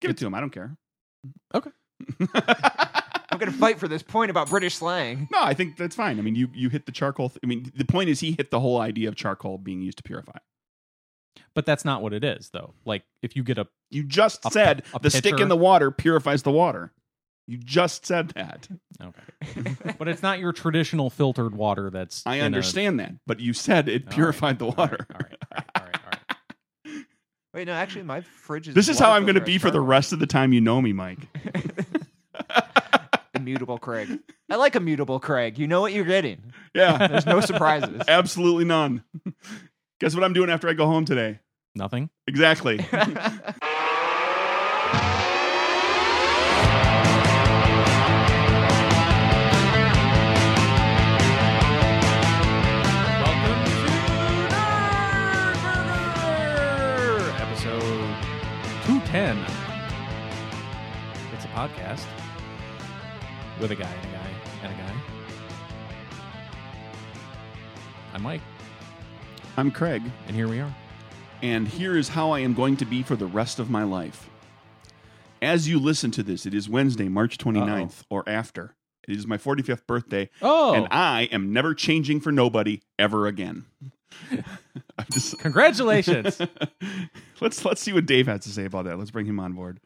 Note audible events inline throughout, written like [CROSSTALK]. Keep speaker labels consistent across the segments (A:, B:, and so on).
A: Give it to him. I don't care.
B: Okay.
C: I'm going to fight for this point about British
A: [LAUGHS]
C: slang.
A: [LAUGHS] No, I think that's fine. I mean, you you hit the charcoal. Th- I mean, the point is he hit the whole idea of charcoal being used to purify.
B: But that's not what it is, though. Like, if you get a
A: You just
B: A pi-
A: said
B: a
A: the stick
B: pitcher.
A: in the water purifies the water. You just said that.
B: okay, but it's not your traditional filtered water. That's
A: I
B: in a-
A: understand that, but you said it
B: All right,
A: purified the
B: all right,
A: water.
B: All right, all right, all right, all right.
C: Wait, no, actually, my fridge is.
A: This is how
C: water
A: I'm going to
C: filter
A: be
C: is
A: for the
C: charcoal.
A: rest of the time you know me, Mike.
C: Immutable Craig. I like immutable Craig. You know what you're getting.
B: [LAUGHS]
A: Yeah,
C: There's
A: [LAUGHS]
C: no surprises.
A: absolutely none. [LAUGHS] Guess what I'm doing after I go home today?
B: Nothing. [LAUGHS]
A: Exactly.
B: Welcome to Nerd episode two ten. It's a podcast with a guy and a guy and a guy. I'm Mike,
A: I'm Craig,
B: and here we are.
A: and here is how I am going to be for the rest of my life. As you listen to this, it is Wednesday, March 29th, or after. It is my 45th birthday,
B: Oh,
A: and I am never changing for nobody ever
B: [LAUGHS]
A: again. I'm just- [LAUGHS]
B: congratulations!
A: let's let's see what Dave has to say about that. Let's bring him on board.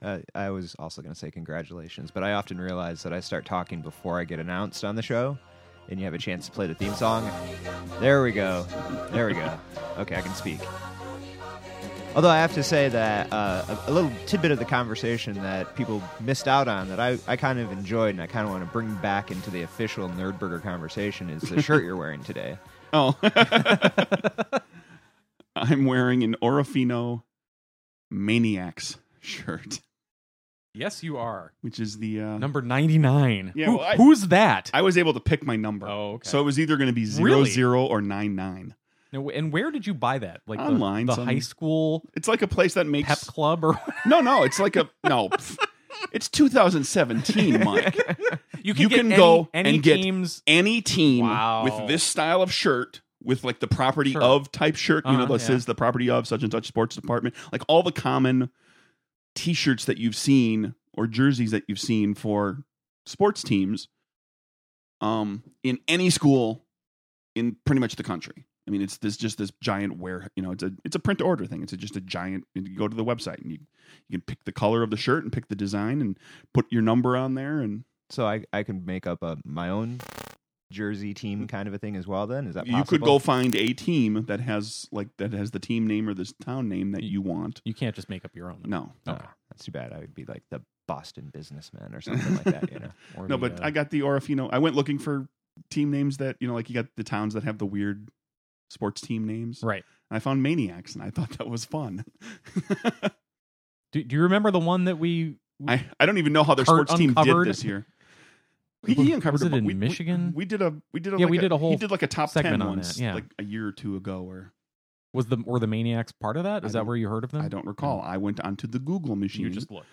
C: Uh, I was also going to say congratulations, but I often realize that I start talking before I get announced on the show, and you have a chance to play the theme song. There we go. There we go. Okay, I can speak. Although I have to say that uh, a, a little tidbit of the conversation that people missed out on that I, I kind of enjoyed and I kind of want to bring back into the official Nerdburger conversation is the shirt you're wearing today.
A: Oh. [LAUGHS] I'm wearing an Orofino Maniacs shirt,
B: yes, you are
A: which is the uh,
B: number ninety nine.
A: Yeah, well, I-
B: who's that?
A: I was able to pick my number.
B: Oh, okay.
A: So it was either going to be zero
B: Really?
A: zero or 9 9.
B: No, and where did you buy that? Like the-
A: Online,
B: the,
A: some-
B: high school
A: It's like a place that makes.
B: pep club, or
A: no, no. It's like a. No. pff. it's
B: [LAUGHS]
A: 2017, Mike.
B: you
A: You
B: get
A: can
B: any-
A: go
B: any
A: and get-
B: teams.
A: Any team
B: Wow.
A: with this style of shirt. With like the property
B: Sure.
A: of type shirt, you know,
B: Uh-huh,
A: that
B: yeah.
A: says the property of such and such sports department, like all the common t shirts that you've seen or jerseys that you've seen for sports teams um, in any school in pretty much the country. I mean, it's this just this giant where you know it's a it's a print to order thing. It's a, just a giant. You go to the website and you you can pick the color of the shirt and pick the design and put your number on there. And
D: So I, I can make up a, my own jersey team kind of a thing as well. Then is that possible?
A: you could go find a team that has like that has the team name or this town name that you want.
B: You can't just make up your own.
A: No,
D: No,
B: Okay.
D: that's too bad. I would be like the Boston businessman or something like that. You know,
B: Or
A: no,
B: the,
A: but
B: uh,
A: I got the Orofino. I went looking for team names that you know, like you got the towns that have the weird sports team names.
B: right.
A: And I found Maniacs, and I thought that was fun. [LAUGHS]
B: Do, do you remember the one that we?
A: I, I don't even know how their
B: Cart
A: sports team
B: uncovered.
A: did this year. He, he uncovered
B: was it
A: bu-
B: in
A: we- we-
B: Michigan?
A: We, did a we did a,
B: Yeah,
A: like
B: we did a whole
A: he did like a top
B: segment
A: ten
B: on
A: once
B: that, yeah.
A: like a year or two ago or
B: Was the were the maniacs part of that?
A: I
B: Is that
A: don't-
B: where you heard of them?
A: I don't recall. I went onto the Google
B: You
A: machine
B: just look.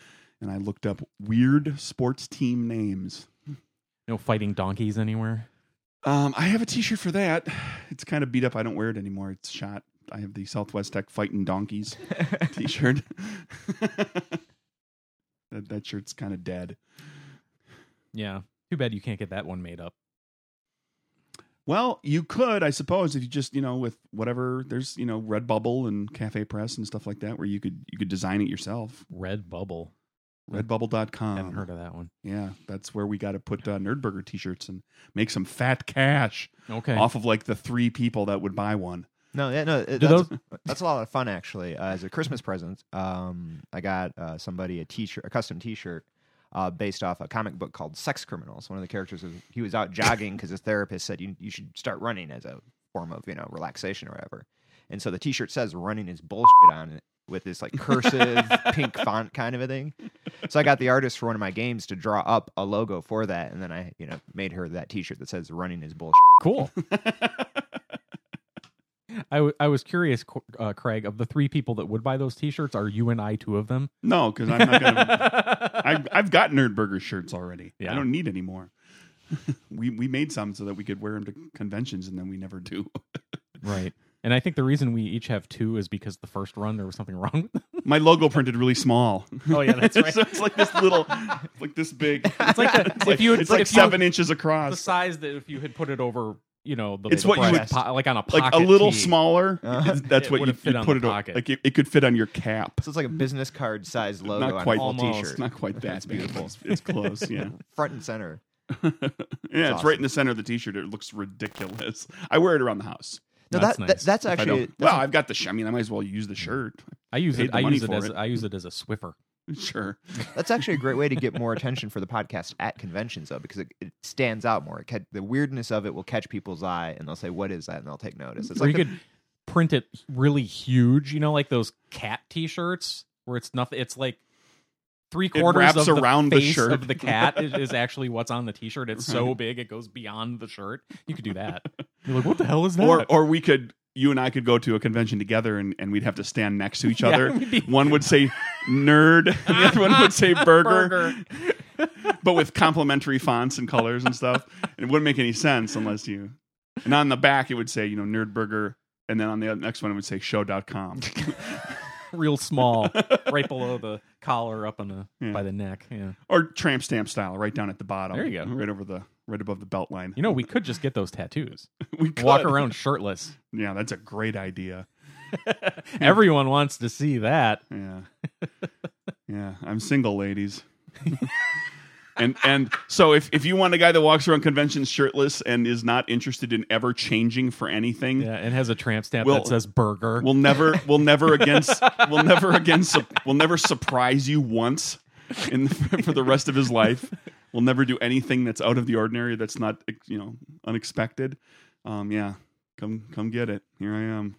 A: and I looked up weird sports team names.
B: No fighting donkeys anywhere.
A: Um, I have a T-shirt for that. It's kind of beat up. I don't wear it anymore. It's shot. I have the Southwest Tech Fighting
B: [LAUGHS]
A: Donkeys
D: [LAUGHS]
A: T-shirt. [LAUGHS] that, that shirt's kind of dead.
B: Yeah. Too bad you can't get that one made up.
A: Well, you could, I suppose, if you just you know with whatever there's you know Redbubble and Cafe Press and stuff like that, where you could you could design it yourself.
B: Red Bubble.
A: Redbubble.com.
B: Haven't heard of that one.
A: Yeah, that's where we got to put uh, Nerdburger T-shirts and make some fat cash
B: Okay.
A: off of like the three people that would buy one.
D: no, yeah, no. That's,
B: Do those?
D: that's a lot of fun actually. Uh, as a Christmas present, um, I got uh, somebody a t-shirt, a custom T-shirt. Uh, based off a comic book called Sex Criminals, one of the characters was, he was out [LAUGHS] jogging because his therapist said you you should start running as a form of you know relaxation or whatever, and so the T-shirt says "running is bullshit" on it with this like cursive pink font kind of a thing. So I got the artist for one of my games to draw up a logo for that, and then I you know made her that T-shirt that says "running is bullshit."
B: [LAUGHS]
A: [LAUGHS]
B: Cool. I, w- I was curious, Qu- uh, Craig, of the three people that would buy those T-shirts, are you and I two of them?
A: No, because I'm not
B: [LAUGHS]
A: gonna. I've, I've got Nerdburger shirts already.
B: Yeah.
A: I don't need any more. [LAUGHS] we we made some so that we could wear them to conventions, and then we never do.
B: right. And I think the reason we each have two is because the first run there was something wrong with them.
A: My logo printed really small.
B: Oh
A: [LAUGHS]
B: yeah, that's right.
A: so it's like this little, it's like this big. It's [LAUGHS]
B: like the- [LAUGHS] if you had-
A: it's like
B: if you-
A: seven inches
B: the
A: across.
B: size that if you had put it over, you know, the
A: It's
B: the
A: what you would-
B: breast, po- like on a pocket
A: Like a little
B: tee.
A: smaller. it's- that's
B: It
A: what you
B: would've fit
A: you'd
B: on
A: put
B: the
A: it on.
B: pocket.
A: Like it, it could fit on your cap.
D: So it's like a business card size logo
A: Not
D: on
A: quite.
D: a full
B: Almost.
A: It's
D: t-shirt.
A: not quite that
D: That's
A: big.
D: beautiful.
A: It's, it's close.
B: [LAUGHS]
A: Yeah.
D: Front and center.
A: yeah, it's
D: awesome.
A: right in the center of the t-shirt. It looks ridiculous. I wear it around the house.
D: No,
B: That's
D: that, that-
B: nice.
D: that's
A: If I
D: actually
A: don't- well, I've got the. Sh- I mean, I might as well use the shirt.
B: I use
A: Paid
B: it.
A: the
B: I
A: money
B: use it
A: for
B: as
A: it.
B: I use it as
A: [LAUGHS]
B: a Swiffer.
A: Sure.
D: That's actually a great way to get more attention for the podcast at conventions, though, because it, it stands out more. It ca- the weirdness of it will catch people's eye, and they'll say, "What is that?" and they'll take notice. It's
B: or
D: like
B: you could print it really huge, you know, like those cat T-shirts where it's nothing. It's like three quarters
A: wraps
B: of the
A: around the
B: face
A: shirt.
B: of the cat
A: [LAUGHS]
B: is, is actually what's on the T-shirt. It's so big it goes beyond the shirt. You could
A: [LAUGHS]
B: do that. You're like, what the hell is that?
A: Or or we could. You and I could go to a convention together, and, and we'd have to stand next to each
B: [LAUGHS] Yeah,
A: other.
B: we'd be-
A: One would say nerd, [LAUGHS] and the other one would
B: [LAUGHS]
A: say burger, but with complementary fonts and colors and stuff. And it wouldn't make any sense unless you. And on the back, it would say, you know, nerd burger. And then on the next one, it would say
B: [LAUGHS]
A: show.com.
B: real small, right below the collar, up on the by the neck. Yeah.
A: or tramp stamp style, right down at the bottom.
B: There you go.
A: Right over the, right above the belt line.
B: You know, we could just get those tattoos.
A: we [LAUGHS] could.
B: Walk around shirtless.
A: Yeah, that's a great idea.
B: Everyone wants to see that.
A: Yeah. yeah. I'm single, ladies. [LAUGHS] and and so if, if you want a guy that walks around conventions shirtless and is not interested in ever changing for anything,
B: Yeah, and has a tramp stamp
A: Mm. Well-
B: that says burger.
A: we'll never we'll never against we'll never again su- we'll never surprise you once in for the [LAUGHS] rest of his life. We'll never do anything that's out of the ordinary that's not you know unexpected. Um yeah. Come come get it. Here I am.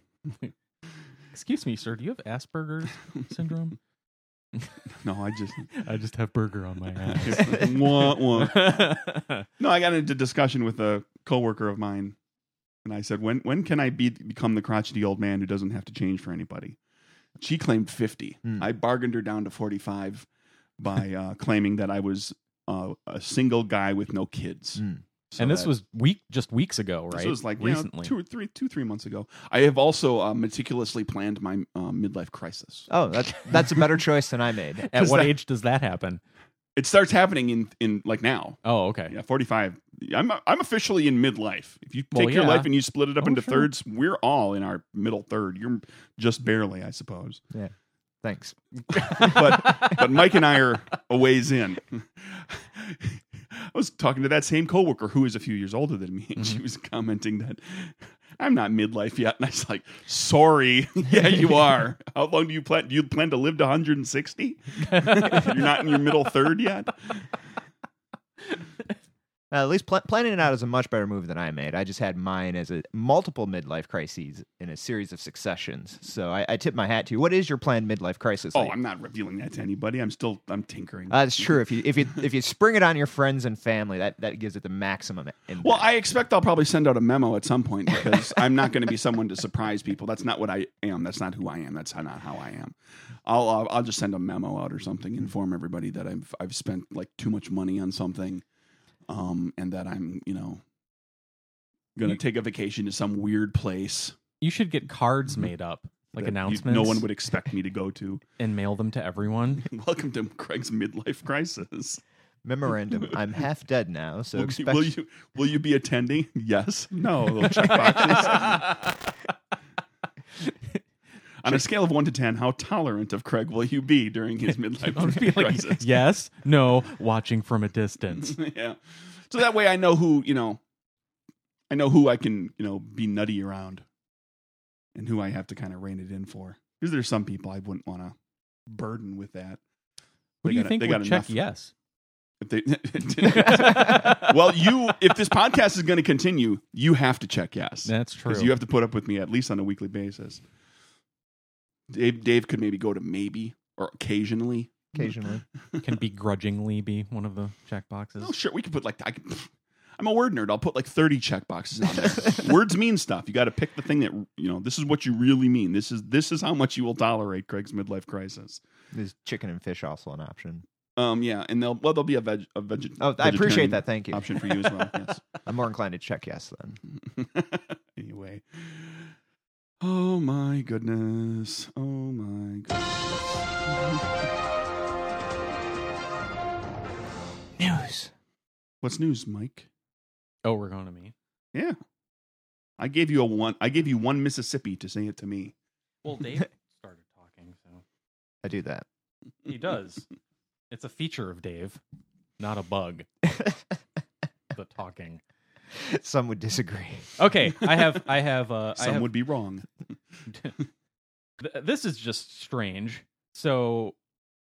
B: Excuse me, sir. Do you have Asperger's syndrome?
A: No, [LAUGHS] I just
B: I just have burger on my [LAUGHS]
A: wah, wah.
B: ass.
A: No, I got into discussion with a coworker of mine, and I said, "When when can I be become the crotchety old man who doesn't have to change for anybody?" She claimed fifty.
D: Hmm.
A: I bargained her down to forty five by
B: [LAUGHS]
A: uh, claiming that I was uh, a single guy with no kids.
D: Hmm.
A: So
B: and this
A: that-
B: was week just weeks ago, right?
A: this was like you know,
B: recently.
A: two or three two three months ago. I have also uh, meticulously planned my uh, midlife crisis.
D: [LAUGHS] oh, that's that's a better choice than
A: [LAUGHS]
D: I made.
B: At what
A: that-
B: age does that happen?
A: It starts happening in in like now.
B: Oh, okay.
A: Yeah, 45. I'm I'm officially in midlife. If you take
B: Well,
A: your
B: yeah.
A: life and you split it up
B: Oh,
A: into
B: sure.
A: thirds, we're all in our middle third. You're just barely, I suppose.
D: Thanks.
B: [LAUGHS]
A: But but Mike and I are a ways in. [LAUGHS] I was talking to that same coworker who is a few years older than me, and
B: Mm-hmm.
A: she was commenting that I'm not midlife yet. And I was like, sorry. [LAUGHS] yeah,
B: [LAUGHS]
A: you are. How long do you plan? Do you plan to live to 160? [LAUGHS] You're not in your middle third yet?
D: Uh, at least pl- planning it out is a much better move than I made. I just had mine as a multiple midlife crises in a series of successions. So I, I tip my hat to you. What is your planned midlife crisis?
A: Oh,
D: Like,
A: I'm not revealing that to anybody. I'm still I'm tinkering.
D: uh, that's true. If you if you if you spring it on your friends and family, that, that gives it the maximum. Impact.
A: Well, I expect I'll probably send out a memo at some point
B: [LAUGHS]
A: because I'm not going to be someone to surprise people. That's not what I am. That's not who I am. That's not how I am. I'll I'll, I'll just send a memo out or something,
B: Mm-hmm.
A: inform everybody that I've I've spent like too much money on something, um, and that I'm you know going to
B: You-
A: take a vacation to some weird place,
B: You should get cards made up, like
A: Mm-hmm. that you-
B: announcements,
A: no one would expect me to go
B: [LAUGHS]
A: to.
B: and mail them to
A: [LAUGHS]
B: everyone. [LAUGHS]
A: Welcome to Craig's midlife crisis. [LAUGHS]
D: memorandum. I'm half dead now, so
A: Will,
D: expect
A: will you will you be attending? [LAUGHS] Yes. No. Little check
B: [LAUGHS]
A: boxes. On a scale of one to ten, how tolerant of Craig will you be during
B: [LAUGHS]
A: his [LAUGHS] midlife
B: I would be like,
A: crisis?
B: yes, no, watching from
A: [LAUGHS]
B: a distance.
A: yeah. So that way, I know who you know. I know who I can you know be nutty around, and who I have to kind of rein it in for. Because there's some people I wouldn't want to burden with that.
B: Who
A: They
B: do you
A: got-
B: think
A: they
B: would
A: got
B: check
A: If they, [LAUGHS]
B: yes? [LAUGHS]
A: well, you if this podcast is going to continue, you have to check yes.
B: That's true.
A: because you have to put up with me at least on a weekly basis. Dave, Dave could maybe go to maybe or occasionally. [LAUGHS]
D: occasionally.
B: Can begrudgingly be one of the check boxes.
A: Oh, sure, we could put like I can, I'm a word nerd. I'll put like 30 check boxes on
D: [LAUGHS]
A: there. Words mean stuff. You got to pick the thing that you know. This is what you really mean. This is this is how much you will tolerate Craig's midlife crisis.
D: Is chicken and fish also an option?
A: Um, yeah, and they'll well, there'll be a veg a veg.
D: Oh, I appreciate
A: vegetarian
D: that. Thank you.
A: option
C: [LAUGHS]
A: for you as well. Yes. [LAUGHS]
D: [LAUGHS] I'm more inclined to check yes then.
A: anyway, Oh my goodness. Oh my goodness. [LAUGHS]
C: News.
A: What's news, Mike?
B: Oh, we're going to me.
A: Yeah. I gave you a one I gave you one Mississippi to say it to me.
B: [LAUGHS] Well, Dave started talking, so
C: I do that. [LAUGHS]
B: he does. It's a feature of Dave, not a bug. the talking.
C: Some would disagree.
B: Okay, I have, I have, uh, I
A: [LAUGHS] Some
B: have
A: would be wrong.
B: [LAUGHS] Th- this is just strange. So,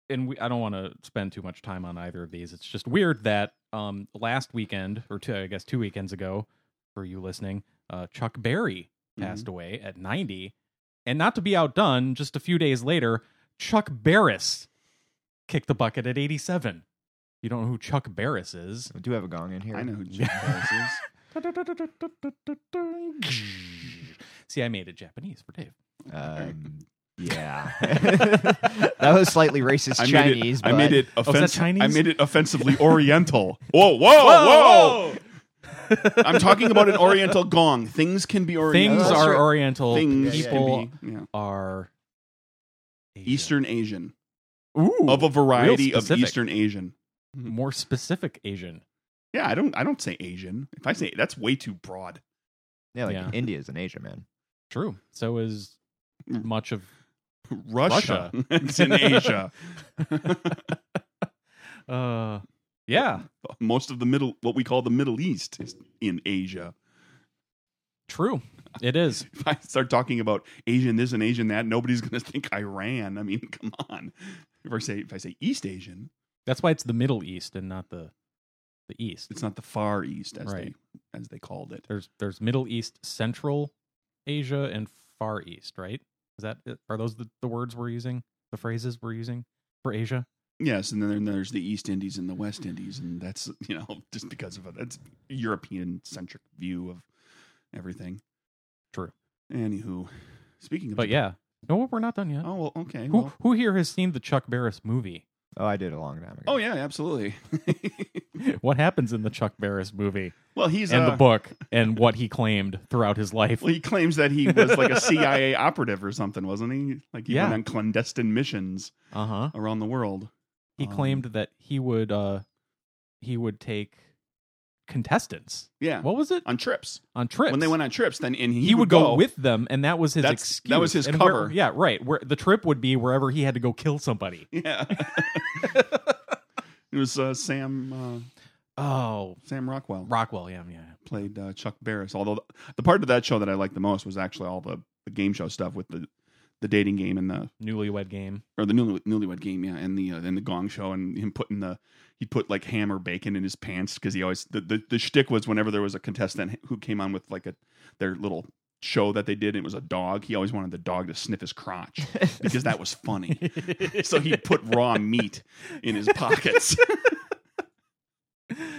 B: and we, I don't want to spend too much time on either of these. It's just weird that um last weekend, or two, I guess two weekends ago, for you listening, uh, Chuck Berry
A: Mm-hmm.
B: passed away at 90, and not to be outdone, just a few days later, Chuck Barris kicked the bucket at 87. You don't know who Chuck Barris is?
C: We do have a gong in here.
A: Mm-hmm.
C: [LAUGHS]
A: I [LAUGHS] know who Jim Harris is.
B: See, I made it Japanese for Dave.
C: Um, yeah. [LAUGHS] that was slightly racist
A: I made
C: Chinese.
A: it, I made
C: but-
A: it
B: that
A: offensive. I
B: Chinese?
A: made it [LAUGHS] offensively oriental. Whoa, whoa, whoa, I'm
B: [LAUGHS]
A: talking about an oriental gong. Things can be oriental.
B: Things
C: that's
B: are
C: right.
B: Oriental.
A: Oh, Things
B: people
A: can be yeah.
B: are Asian.
A: Eastern Asian.
B: Ooh,
A: Of a variety of
B: specific.
A: Eastern Asian.
B: [LAUGHS] more specific Asian.
A: Yeah, I don't I don't say Asian. If I say that's way too broad. [LAUGHS]
C: Yeah, like
B: Yeah.
C: India is an Asia, man.
B: True. So is
A: Mm.
B: much of
A: Russia. it's in Asia. [LAUGHS]
B: uh yeah,
A: Most of the middle what we call the Middle East is in Asia.
B: true. It is.
A: [LAUGHS] If I start talking about Asian this and Asian that, nobody's gonna think Iran. I mean, [LAUGHS] come on. If I say if I say East Asian,
B: That's why it's the Middle East and not the the East.
A: it's not the Far East as
B: Right.
A: they as they called it.
B: There's there's Middle East, Central Asia, and Far East, right? Is that are those the, the words we're using? The phrases we're using for Asia?
A: Yes, and then there's the East Indies and the West Indies, and that's you know [LAUGHS] just because of it, that's European centric view of everything.
B: True.
A: Anywho, speaking of
B: But yeah. No, we're not done yet.
A: oh well, okay.
B: Who
A: well-
B: who here has seen the Chuck Barris movie? [LAUGHS]
C: Oh, I did a long time ago. [LAUGHS]
A: oh yeah, absolutely. [LAUGHS]
B: What happens in the Chuck Barris movie
A: well, he's
B: and
A: uh,
B: the book and what he claimed throughout his life?
A: Well, he claims that he was
B: [LAUGHS]
A: like a CIA operative or something, wasn't he? Like he
B: Yeah.
A: went on clandestine missions
B: Uh huh.
A: around the world.
B: He
A: Um,
B: claimed that he would uh he would take contestants.
A: Yeah,
B: What was it
A: on trips.
B: on trips
A: When they went on trips, then and he,
B: He, would go, with them, and that was his
A: That's-
B: excuse.
A: that was his
B: And where-
A: cover.
B: yeah, right. Where the trip would be wherever he had to go kill somebody.
A: [LAUGHS]
B: [LAUGHS]
A: Yeah, it was uh, Sam
B: Oh,
A: uh, Sam Rockwell.
B: Rockwell. Yeah, yeah.
A: played uh, Chuck Barris. Although the, the part of that show that I liked the most was actually all the, the game show stuff with the the dating game and the
B: Newlywed game.
A: or the newly, newlywed game, yeah, and the uh, and the Gong Show and him putting the he put like ham or bacon in his pants because he always the, the the shtick was whenever there was a contestant who came on with like a their little show that they did and it was a dog he always wanted the dog to sniff his crotch because that was funny [LAUGHS] so he put
B: [LAUGHS]
A: raw meat in his pockets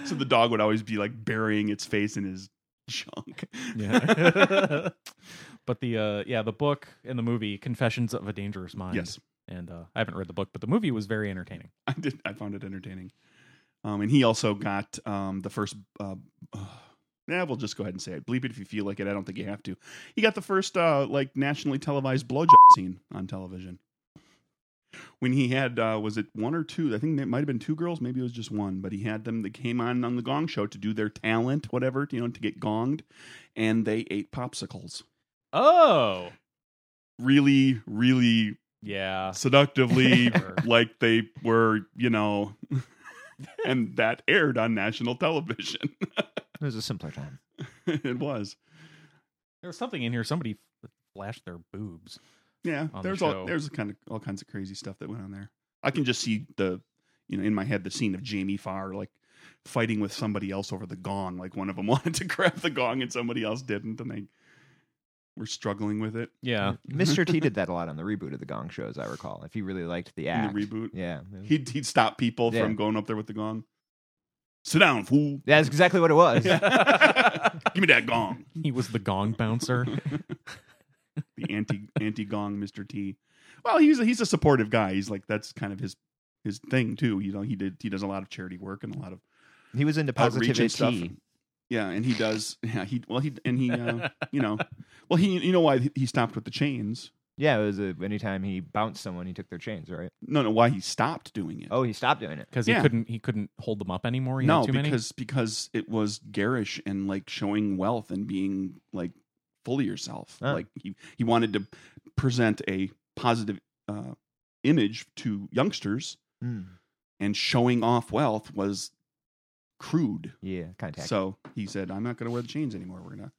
A: so the dog would always be like burying its face in his junk
B: Yeah. [LAUGHS] but the uh yeah, the book and the movie Confessions of a Dangerous Mind.
A: yes
B: And uh I haven't read the book, but the movie was very entertaining.
A: [LAUGHS] I did. I found it entertaining. Um, and he also got um, the first. Uh, [SIGHS] uh, yeah, we'll just go ahead and say it. Bleep it if you feel like it. I don't think you have to. He got the first uh, like nationally televised blowjob scene on television. When he had uh, was it one or two? I think it might have been two girls. Maybe it was just one. But he had them that came on on the Gong Show to do their talent, whatever you know, to get gonged, and they ate popsicles.
B: Oh.
A: Really, really
B: Yeah.
A: seductively
B: Sure.
A: like they were, you know, [LAUGHS] and that aired on national television. [LAUGHS]
C: It was a simpler time.
A: it was.
B: There was something in here. Somebody flashed their boobs.
A: Yeah,
B: On the
A: there's
B: show.
A: all there's kind of all kinds of crazy stuff that went on there. I can just see the you know in my head the scene of Jamie Farr like fighting with somebody else over the gong, like one of them [LAUGHS] wanted to grab the gong and somebody else didn't and they were struggling with it.
B: Yeah.
D: [LAUGHS]
C: Mr. T did that a lot on the reboot of the Gong Show, as I recall. If he really liked the
A: In the
C: act,
A: reboot.
C: yeah,
A: He'd he'd stop people
C: Yeah.
A: from going up there with the gong. Sit down, fool.
C: that's exactly what it was.
A: Give me that gong.
B: [LAUGHS] he was the gong bouncer.
A: the anti anti gong Mr. T. Well, he's a, he's a supportive guy. He's like that's kind of his his thing too. You know, he did he does a lot of charity work and a lot of
C: He was into
A: outreach and
C: positivity.
A: stuff. Yeah, and he does. Yeah, he well he and he uh, you
B: [LAUGHS]
A: know well he you know why he stopped with the chains.
D: Yeah, it was a, anytime he bounced someone, he took their chains, right?
A: No, no, why he stopped doing it.
D: Oh, he stopped doing it.
B: because
A: Yeah.
B: he couldn't he couldn't hold them up anymore. He
A: no,
B: had too many.
A: because because it was garish and like showing wealth and being like fully yourself.
D: Ah.
A: Like he he wanted to present a positive uh, image to youngsters, and showing off wealth was crude.
D: Yeah, kind of.
A: So he said, "I'm not going to wear the chains anymore. We're gonna,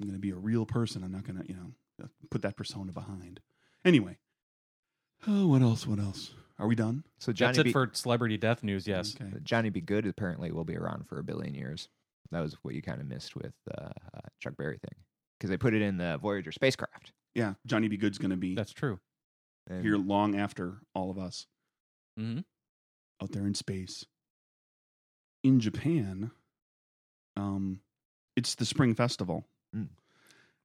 A: I'm going to be a real person. I'm not going to, you know, uh, put that persona behind." Anyway, oh, what else? What else? Are we done?
D: so
B: that's
D: Johnny
B: it
D: B.
B: for celebrity death news. Yes,
A: Okay.
D: Johnny B. Good apparently will be around for a billion years. That was what you kind of missed with uh, uh, Chuck Berry thing because they put it in the Voyager spacecraft.
A: Yeah, Johnny B. Good's going to be
B: that's true.
D: And
A: here long after all of us
B: hmm
A: out there in space. In Japan, um, it's the Spring Festival.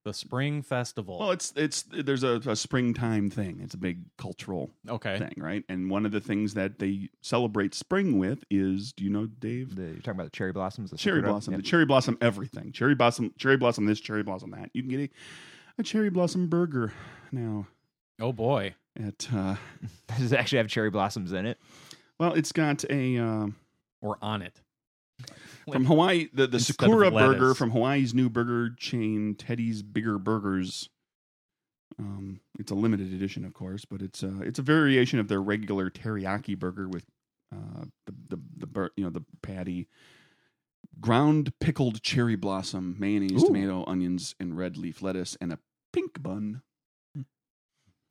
B: The Spring Festival.
A: Well, it's it's there's a, a springtime thing. It's a big cultural
B: okay.
A: thing, right? And one of the things that they celebrate spring with is, do you know, Dave?
D: the, you're talking about the cherry blossoms. The
A: cherry
D: sakura?
A: blossom,
D: Yeah.
A: the cherry blossom everything, cherry blossom, cherry blossom this, cherry blossom that. You can get a, a cherry blossom burger now
B: Oh boy.
A: at uh,
D: [LAUGHS] Does it actually have cherry blossoms in it?
A: well, it's got a um
B: Or on it.
A: from Hawaii the the
B: Instead of
A: Sakura burger
B: lettuce.
A: from Hawaii's new burger chain Teddy's Bigger Burgers. Um, it's a limited edition, of course, but it's a it's a variation of their regular teriyaki burger with uh, the the the bur- you know the patty, ground pickled cherry blossom, mayonnaise,
B: Ooh.
A: tomato, onions, and red leaf lettuce, and a pink bun.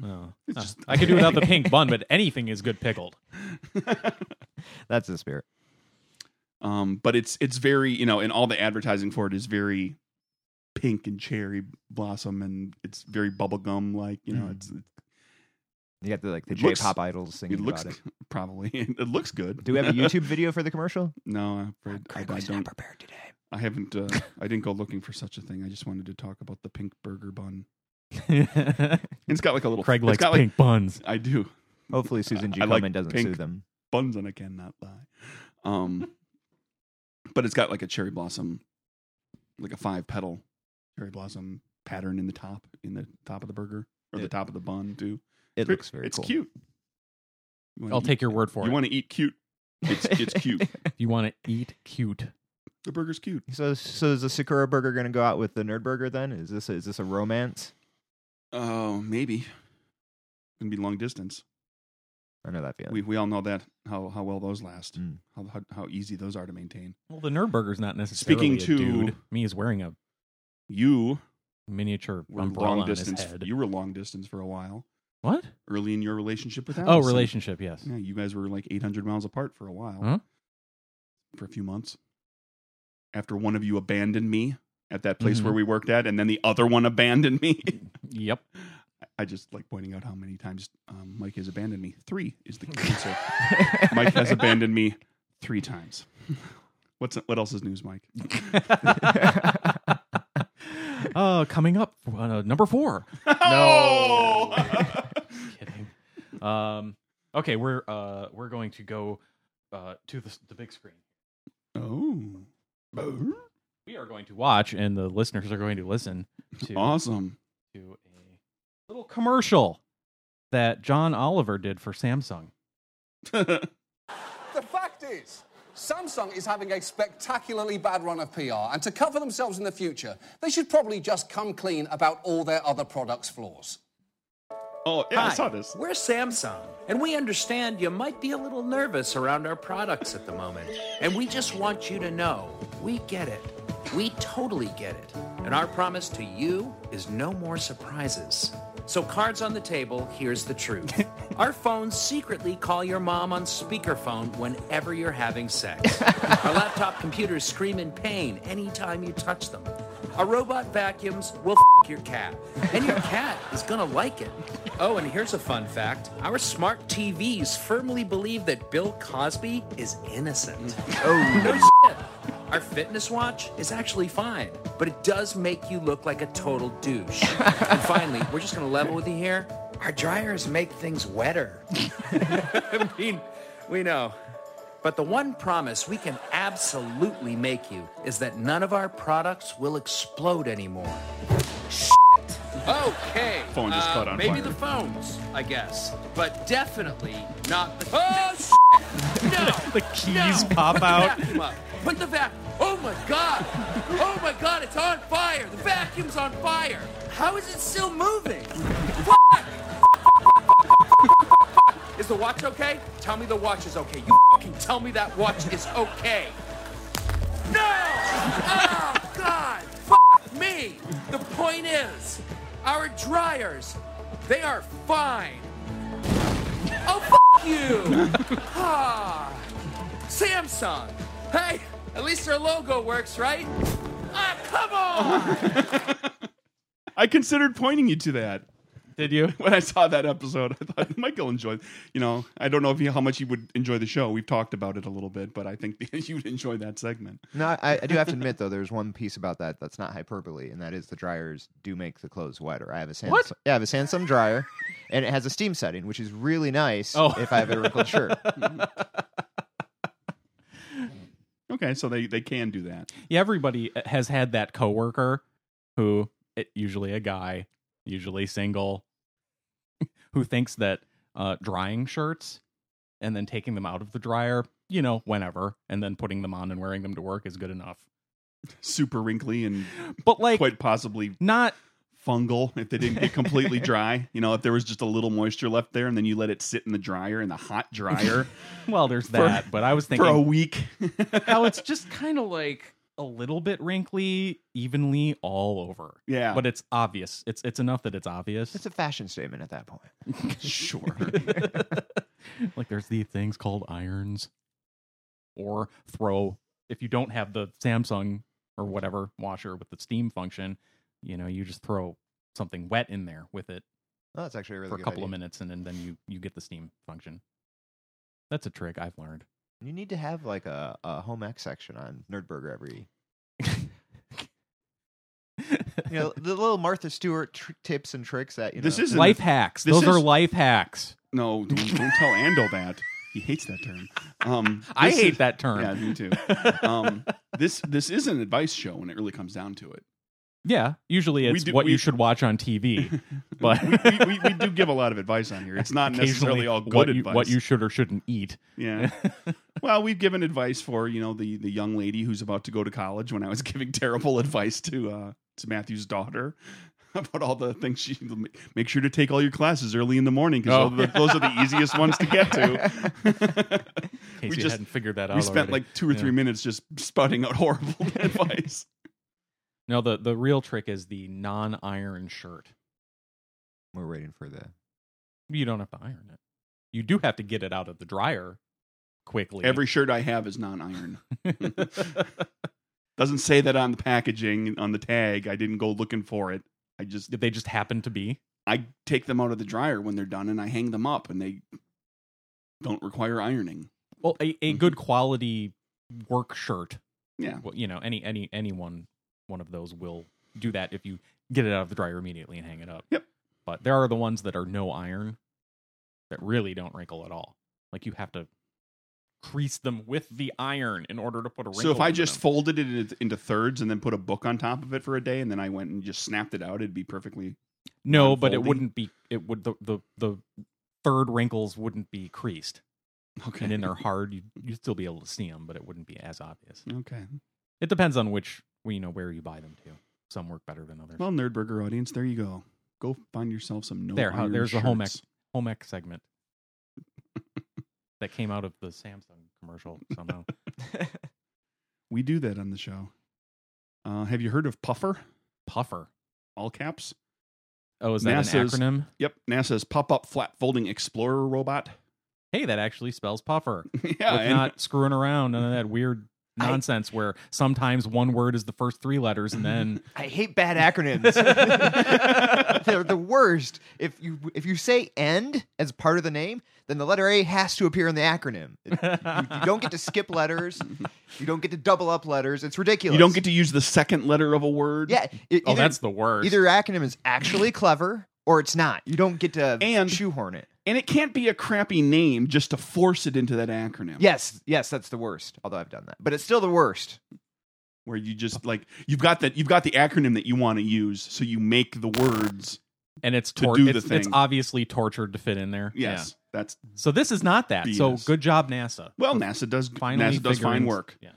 B: Oh.
A: It's
B: Uh,
A: just-
B: I could do
A: [LAUGHS]
B: without the pink bun, but anything is good pickled.
D: That's the spirit.
A: um, but it's it's very you know, and all the advertising for it is very pink and cherry blossom, and it's very bubblegum like. You know,
D: Mm.
A: it's
D: You got the like the
A: It looks-
D: J-pop idols singing
A: it looks
D: about it.
A: [LAUGHS] probably it looks good.
D: Do we
A: [LAUGHS]
D: have a YouTube video for the commercial?
A: no, I'm afraid I, I don't.
D: prepared today.
A: I haven't. Uh, I didn't go looking for such a thing. I just wanted to talk about the pink burger
D: [LAUGHS]
A: bun. And it's got like a little.
B: Craig
A: it's
B: likes
A: got,
B: pink buns.
A: Like, I do
D: Hopefully, Susan G.
A: I like
D: Komen doesn't
A: pink.
D: sue them.
A: buns, and I cannot lie. Um, but it's got like a cherry blossom, like a five petal cherry blossom pattern in the top, in the top of the burger or the
D: It-
A: top of the bun too.
D: It
A: Pretty-
D: looks very
A: It's
D: cool.
A: cute. You wanna
B: I'll
A: eat-
B: take your word for
A: You
B: it.
A: want to eat cute? It's
D: [LAUGHS]
A: it's cute.
B: if you want to eat cute.
A: The burger's cute.
D: So, so is the Sakura burger going to go out with the Nerd burger? Then is this is this a romance?
A: Oh, maybe. Gonna be long distance.
D: I know that feeling. [LAUGHS]
A: We we all know that how how well those last,
D: Mm.
A: how, how how easy those are to maintain.
B: Well, the Nerdburger's not necessarily
A: Speaking
B: a
A: to-
B: dude. Me is wearing a
A: You
B: miniature
A: were
B: umbrella
A: long
B: on his
A: distance.
B: head.
A: You were long distance for a while.
B: What?
A: Early in your relationship with
B: Oh,
A: Allison.
B: relationship. Yes.
A: Yeah, you guys were like 800 miles apart for a while,
B: Huh?
A: for a few months. After one of you abandoned me at that place
B: Mhm.
A: where we worked at, and then the other one abandoned me. [LAUGHS]
B: Yep.
A: I just like pointing out how many times um, Mike has abandoned me. Three is the answer.
D: [LAUGHS]
A: Mike has abandoned me three times. [LAUGHS] What's what else is news, Mike?
B: [LAUGHS] uh, coming up, uh, number four.
A: No.
B: Kidding. Um, okay, we're uh, we're going to go uh, to the, the big screen.
A: [LAUGHS] oh,
B: We are going to watch, and the listeners are going to listen to,
A: awesome! [LAUGHS]
B: to a little commercial that John Oliver did for Samsung.
A: Oh,
E: The fact is, Samsung is having a spectacularly bad run of PR, and to cover themselves in the future, they should probably just come clean about all their other products' flaws.
A: oh, yeah, I
F: Hi,
A: saw this.
F: We're Samsung, and we understand you might be a little nervous around our products at the moment. And we just want you to know we get it. We totally get it. And our promise to you is no more surprises. So, cards on the table, here's the truth. Our phones secretly call your mom on speakerphone whenever you're having sex. Our laptop computers scream in pain anytime you touch them. Our robot vacuums will f your cat. And your cat is gonna like it. Oh, and here's a fun fact our smart TVs firmly believe that Bill Cosby is innocent. Oh, no shit. Our fitness watch is actually fine, but it does make you look like a total douche. and finally, we're just gonna level with you here. Our dryers make things wetter. I mean, we know. But the one promise we can absolutely make you is that none of our products will explode anymore. Okay.
A: Phone just
F: uh,
A: caught on
F: Maybe
A: fire.
F: the phones, I guess, but definitely not the. [LAUGHS] Oh shit! No.
B: [LAUGHS] The keys
F: no.
B: pop out.
F: Vacuum up. Put the vac. Oh my god! Oh my god! It's on fire. The vacuum's on fire. How is it still moving? Fuck! [LAUGHS] Is the watch okay? Tell me the watch is okay. You fucking tell me that watch is okay. No! [LAUGHS] Oh, God! F me! The point is, our dryers, they are fine. Oh, f you! [LAUGHS] Ah, Samsung! Hey, at least their logo works, right? Ah, come on!
A: I considered pointing you to that
B: Did you?
A: [LAUGHS] when I saw that episode. I thought [LAUGHS] Michael enjoyed. You know, I don't know if he, how much he would enjoy the show. We've talked about it a little bit, but I think [LAUGHS] you'd enjoy that segment.
D: No, I, I do have to admit though, there's one piece about that that's not hyperbole, and that is the dryers do make the clothes wetter. I have a Samsung,
B: What?
D: Yeah, I have a Samsung dryer, and it has a steam setting, which is really nice.
B: Oh.
D: if I have a wrinkled
A: [LAUGHS]
D: shirt,
A: Okay, so they they can do that.
B: Yeah, everybody uh, has had that coworker who, it- usually a guy, usually single, [LAUGHS] who thinks that uh, drying shirts and then taking them out of the dryer, you know, whenever, and then putting them on and wearing them to work is good enough.
A: Super wrinkly and
B: But like,
A: quite possibly [LAUGHS]
B: not
A: fungal if they didn't get
B: [LAUGHS]
A: completely dry. You know, if there was just a little moisture left there, and then you let it sit in the dryer in the
B: [LAUGHS]
A: hot dryer
B: well. There's that, but
A: [LAUGHS]
B: I was
A: for a
B: thinking
A: week.
B: how it's just kind of like a little bit wrinkly, evenly all over.
A: yeah,
B: But it's obvious. It's it's enough that it's obvious.
D: it's a fashion statement at that point.
A: sure.
B: [LAUGHS] like there's these things called irons or throw if you don't have the samsung or whatever washer with the steam function you know you just throw something wet in there with it
D: Oh, that's actually a really
B: for a
D: good
B: couple of
D: idea.
B: minutes and, and then you you get the steam function that's a trick i've
A: [LAUGHS]
B: learned
D: You need to have like a, a home ec section on Nerdburger
A: [LAUGHS]
D: every. You know, the little Martha Stewart tr- tips and tricks that you know.
A: This isn't
B: life hacks
A: this
B: those are
A: is-
B: life hacks
A: no. Don't, don't tell Ando that he hates that term. Um,
B: [LAUGHS] i
A: this
B: hate
A: is-
B: that term
A: Yeah, me
B: [LAUGHS]
A: too. Um, this this is an advice show when it really comes down to it.
B: Yeah, usually
A: We
B: it's
A: do-
B: what
A: we-
B: you should watch
A: [LAUGHS]
B: on tv but
A: we, we, we, we do give a lot of advice on here. It's not necessarily
B: [LAUGHS] occasionally
A: all good
B: what you,
A: advice.
B: what you should or shouldn't eat [LAUGHS]
A: yeah. Well, we've given advice for you know the the young lady who's about to go to college. When I was [LAUGHS] giving terrible advice to uh, to Matthew's daughter [LAUGHS] about all the things she make sure to take all your classes early in the morning because
B: Oh.
A: those are the easiest ones to get [LAUGHS]
B: [LAUGHS]
A: to.
B: in
A: We
B: case you
A: just-
B: hadn't figured that out
A: we spent
B: already.
A: like two or
B: Yeah.
A: three minutes just spouting out [LAUGHS]
B: [LAUGHS]
A: horrible advice.
B: No, the the real trick is the non-iron shirt.
D: [LAUGHS] We're waiting for the.
B: You don't have to iron it. You do have to get it out of the dryer quickly. [LAUGHS]
A: Every shirt I have is non-iron. Doesn't say that on the packaging on the tag. I didn't go looking for it. I just
B: Did they just happen to be?
A: I take them out of the dryer when they're done and I hang them up and they don't require ironing.
B: Well, a,
A: Mm-hmm.
B: a good quality work shirt.
A: Yeah.
B: Well, you know, any any any one one of those will do that if you get it out of the dryer immediately and hang it up.
A: Yep.
B: But there are the ones that are no iron that really don't wrinkle at all. Like you have to crease them with the iron in order to put a wrinkle.
A: So if I
B: into
A: just
B: them.
A: folded it into- into thirds and then put a book on top of it for a day and then I went and just snapped it out, it'd be perfectly [LAUGHS]
B: No, but it
A: unfolding?
B: wouldn't be. It would the the the third wrinkles wouldn't be creased,
A: okay.
B: and in their hard, you'd, you'd still be able to see them, but it wouldn't be as obvious.
A: Okay.
B: It depends on which well, you know where you buy them to. Some work better than others.
A: Well, Nerdburger audience, there you go. Go find yourself some no
B: There, how-
A: iron
B: there's the
A: shirts.
B: home ec home
A: [LAUGHS]
B: ec segment that came out of the Samsung commercial somehow.
A: We do that on the show. Uh, have you heard of Puffer?
B: Puffer.
A: All caps.
B: Oh, is that
A: NASA's
B: an acronym?
A: Yep. NASA's pop-up flat folding explorer robot. [LAUGHS]
B: Hey, that actually spells puffer.
A: yeah,
B: with
A: and-
B: not screwing around none of that weird
D: I-
B: nonsense where sometimes one word is the first three letters and
A: [LAUGHS]
B: then
D: I hate bad acronyms. They're the worst. If you if you say "end" as part of the name, then the letter A has to appear in the acronym. It- you, you don't get to skip letters. You don't get to double up letters. It's ridiculous.
A: you don't get to use the second letter of a word.
D: Yeah. it-
B: oh
D: either-
B: that's the worst
D: Either acronym is actually clever or it's not. You don't get to
A: And-
D: shoehorn it.
A: And it can't be a crappy name just to force it into that acronym.
D: Yes, yes, that's the worst. Although I've done that, but it's still the worst.
A: Where you just like you've got that you've got the acronym that you want to use, so you make the words.
B: and it's
A: To
B: tor-
A: do the
B: it's, it's
A: thing.
B: obviously tortured to fit in there.
A: Yes. That's
B: Yeah. So this is not that. So
A: BS.
B: good job, NASA.
A: well, NASA does
B: uh, Finally
A: NASA does fine
B: figuring-
A: work.
B: Yeah.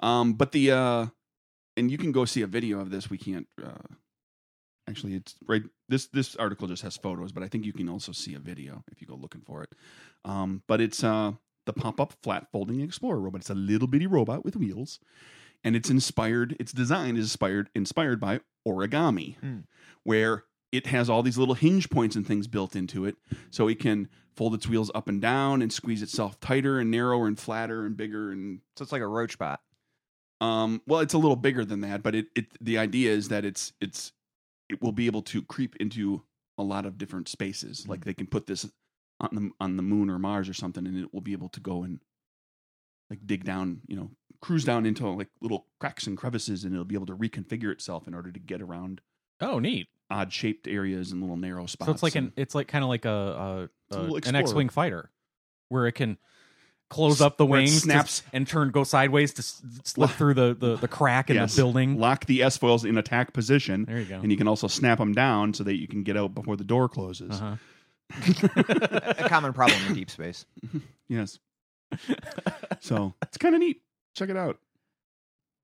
A: Um, but the uh, and you can go see a video of this. We can't uh, actually. It's right. This this article just has photos, but I think you can also see a video if you go looking for it. Um, but it's uh the pop up flat folding explorer robot. It's a little bitty robot with wheels, and it's inspired. Its design is inspired inspired by origami,
D: Hmm.
A: where it has all these little hinge points and things built into it, so it can fold its wheels up and down and squeeze itself tighter and narrower and flatter and bigger and
D: So it's like a roach bot.
A: um, well, it's a little bigger than that, but it, it the idea is that it's it's it will be able to creep into a lot of different spaces.
B: Mm-hmm.
A: Like they can put this on the on the moon or Mars or something, and it will be able to go and like dig down, you know, cruise down into like little cracks and crevices, and it'll be able to reconfigure itself in order to get around
B: Oh, neat.
A: odd shaped areas and little narrow spots.
B: So it's like an
A: and-
B: it's like kind of like a, a,
A: a
B: a-
A: little
B: an
A: explorer.
B: X-wing fighter, where it can close
A: S-
B: up the
A: where it
B: wings, to-
A: snaps-
B: and turn go sideways to s- slip
A: Lo-
B: through the, the the crack in
A: Yes.
B: the building.
A: lock the S foils in attack position,
B: There you go.
A: and you can also snap them down so that you can get out before the door closes.
B: Uh-huh.
D: A common problem in deep space. [LAUGHS]
A: Yes. so it's kind of neat. Check it out.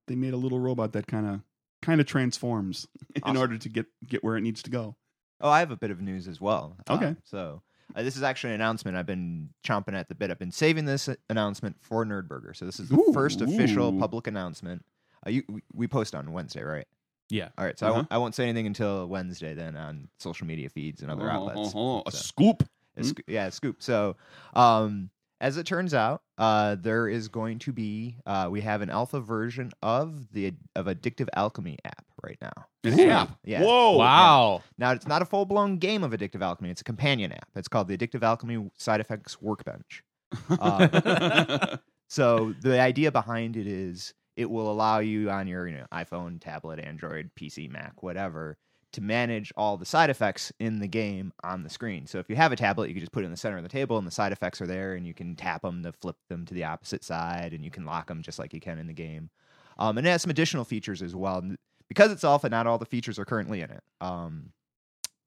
A: They made a little robot that kind of kind of transforms [LAUGHS] in
D: Awesome.
A: order to get get where it needs to go.
D: Oh, I have a bit of news as well. Uh,
A: Okay.
D: so uh, this is actually an announcement. I've been chomping at the bit. I've been saving this uh, announcement for Nerdburger. So this is the
A: Ooh,
D: first official
A: ooh.
D: public announcement. Uh, you, we, we post on Wednesday, right?
B: Yeah.
D: All right. So I,
A: Uh-huh.
D: won't, I won't say anything until Wednesday then on social media feeds and other outlets.
A: Uh-huh, A
D: So-
A: scoop.
D: a sc- yeah, a scoop. So, um, as it turns out, uh, there is going to be uh, we have an alpha version of the of Addictive Alchemy app right now.
A: An
D: So,
A: app?
D: Yeah.
A: Whoa.
B: wow.
D: Now it's not a full blown game of Addictive Alchemy. It's a companion app. It's called the Addictive Alchemy Side Effects Workbench. Uh, [LAUGHS] so the idea behind it is it will allow you on your you know, iPhone, tablet, Android, PC, Mac, whatever, to manage all the side effects in the game on the screen. So if you have a tablet, you can just put it in the center of the table, and the side effects are there, and you can tap them to flip them to the opposite side, and you can lock them just like you can in the game. Um, and it has some additional features as well. N- Because it's alpha, not all the features are currently in it. Um,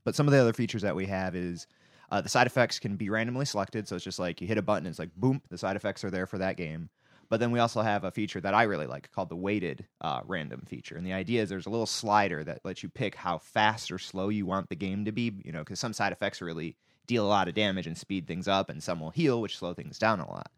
D: but some of the other features that we have is uh, the side effects can be randomly selected, so it's just like you hit a button, it's like boom, the side effects are there for that game. But then we also have a feature that I really like called the weighted uh, random feature, and the idea is there's a little slider that lets you pick how fast or slow you want the game to be. You know, because some side effects really deal a lot of damage and speed things up, and some will heal, which slow things down a lot.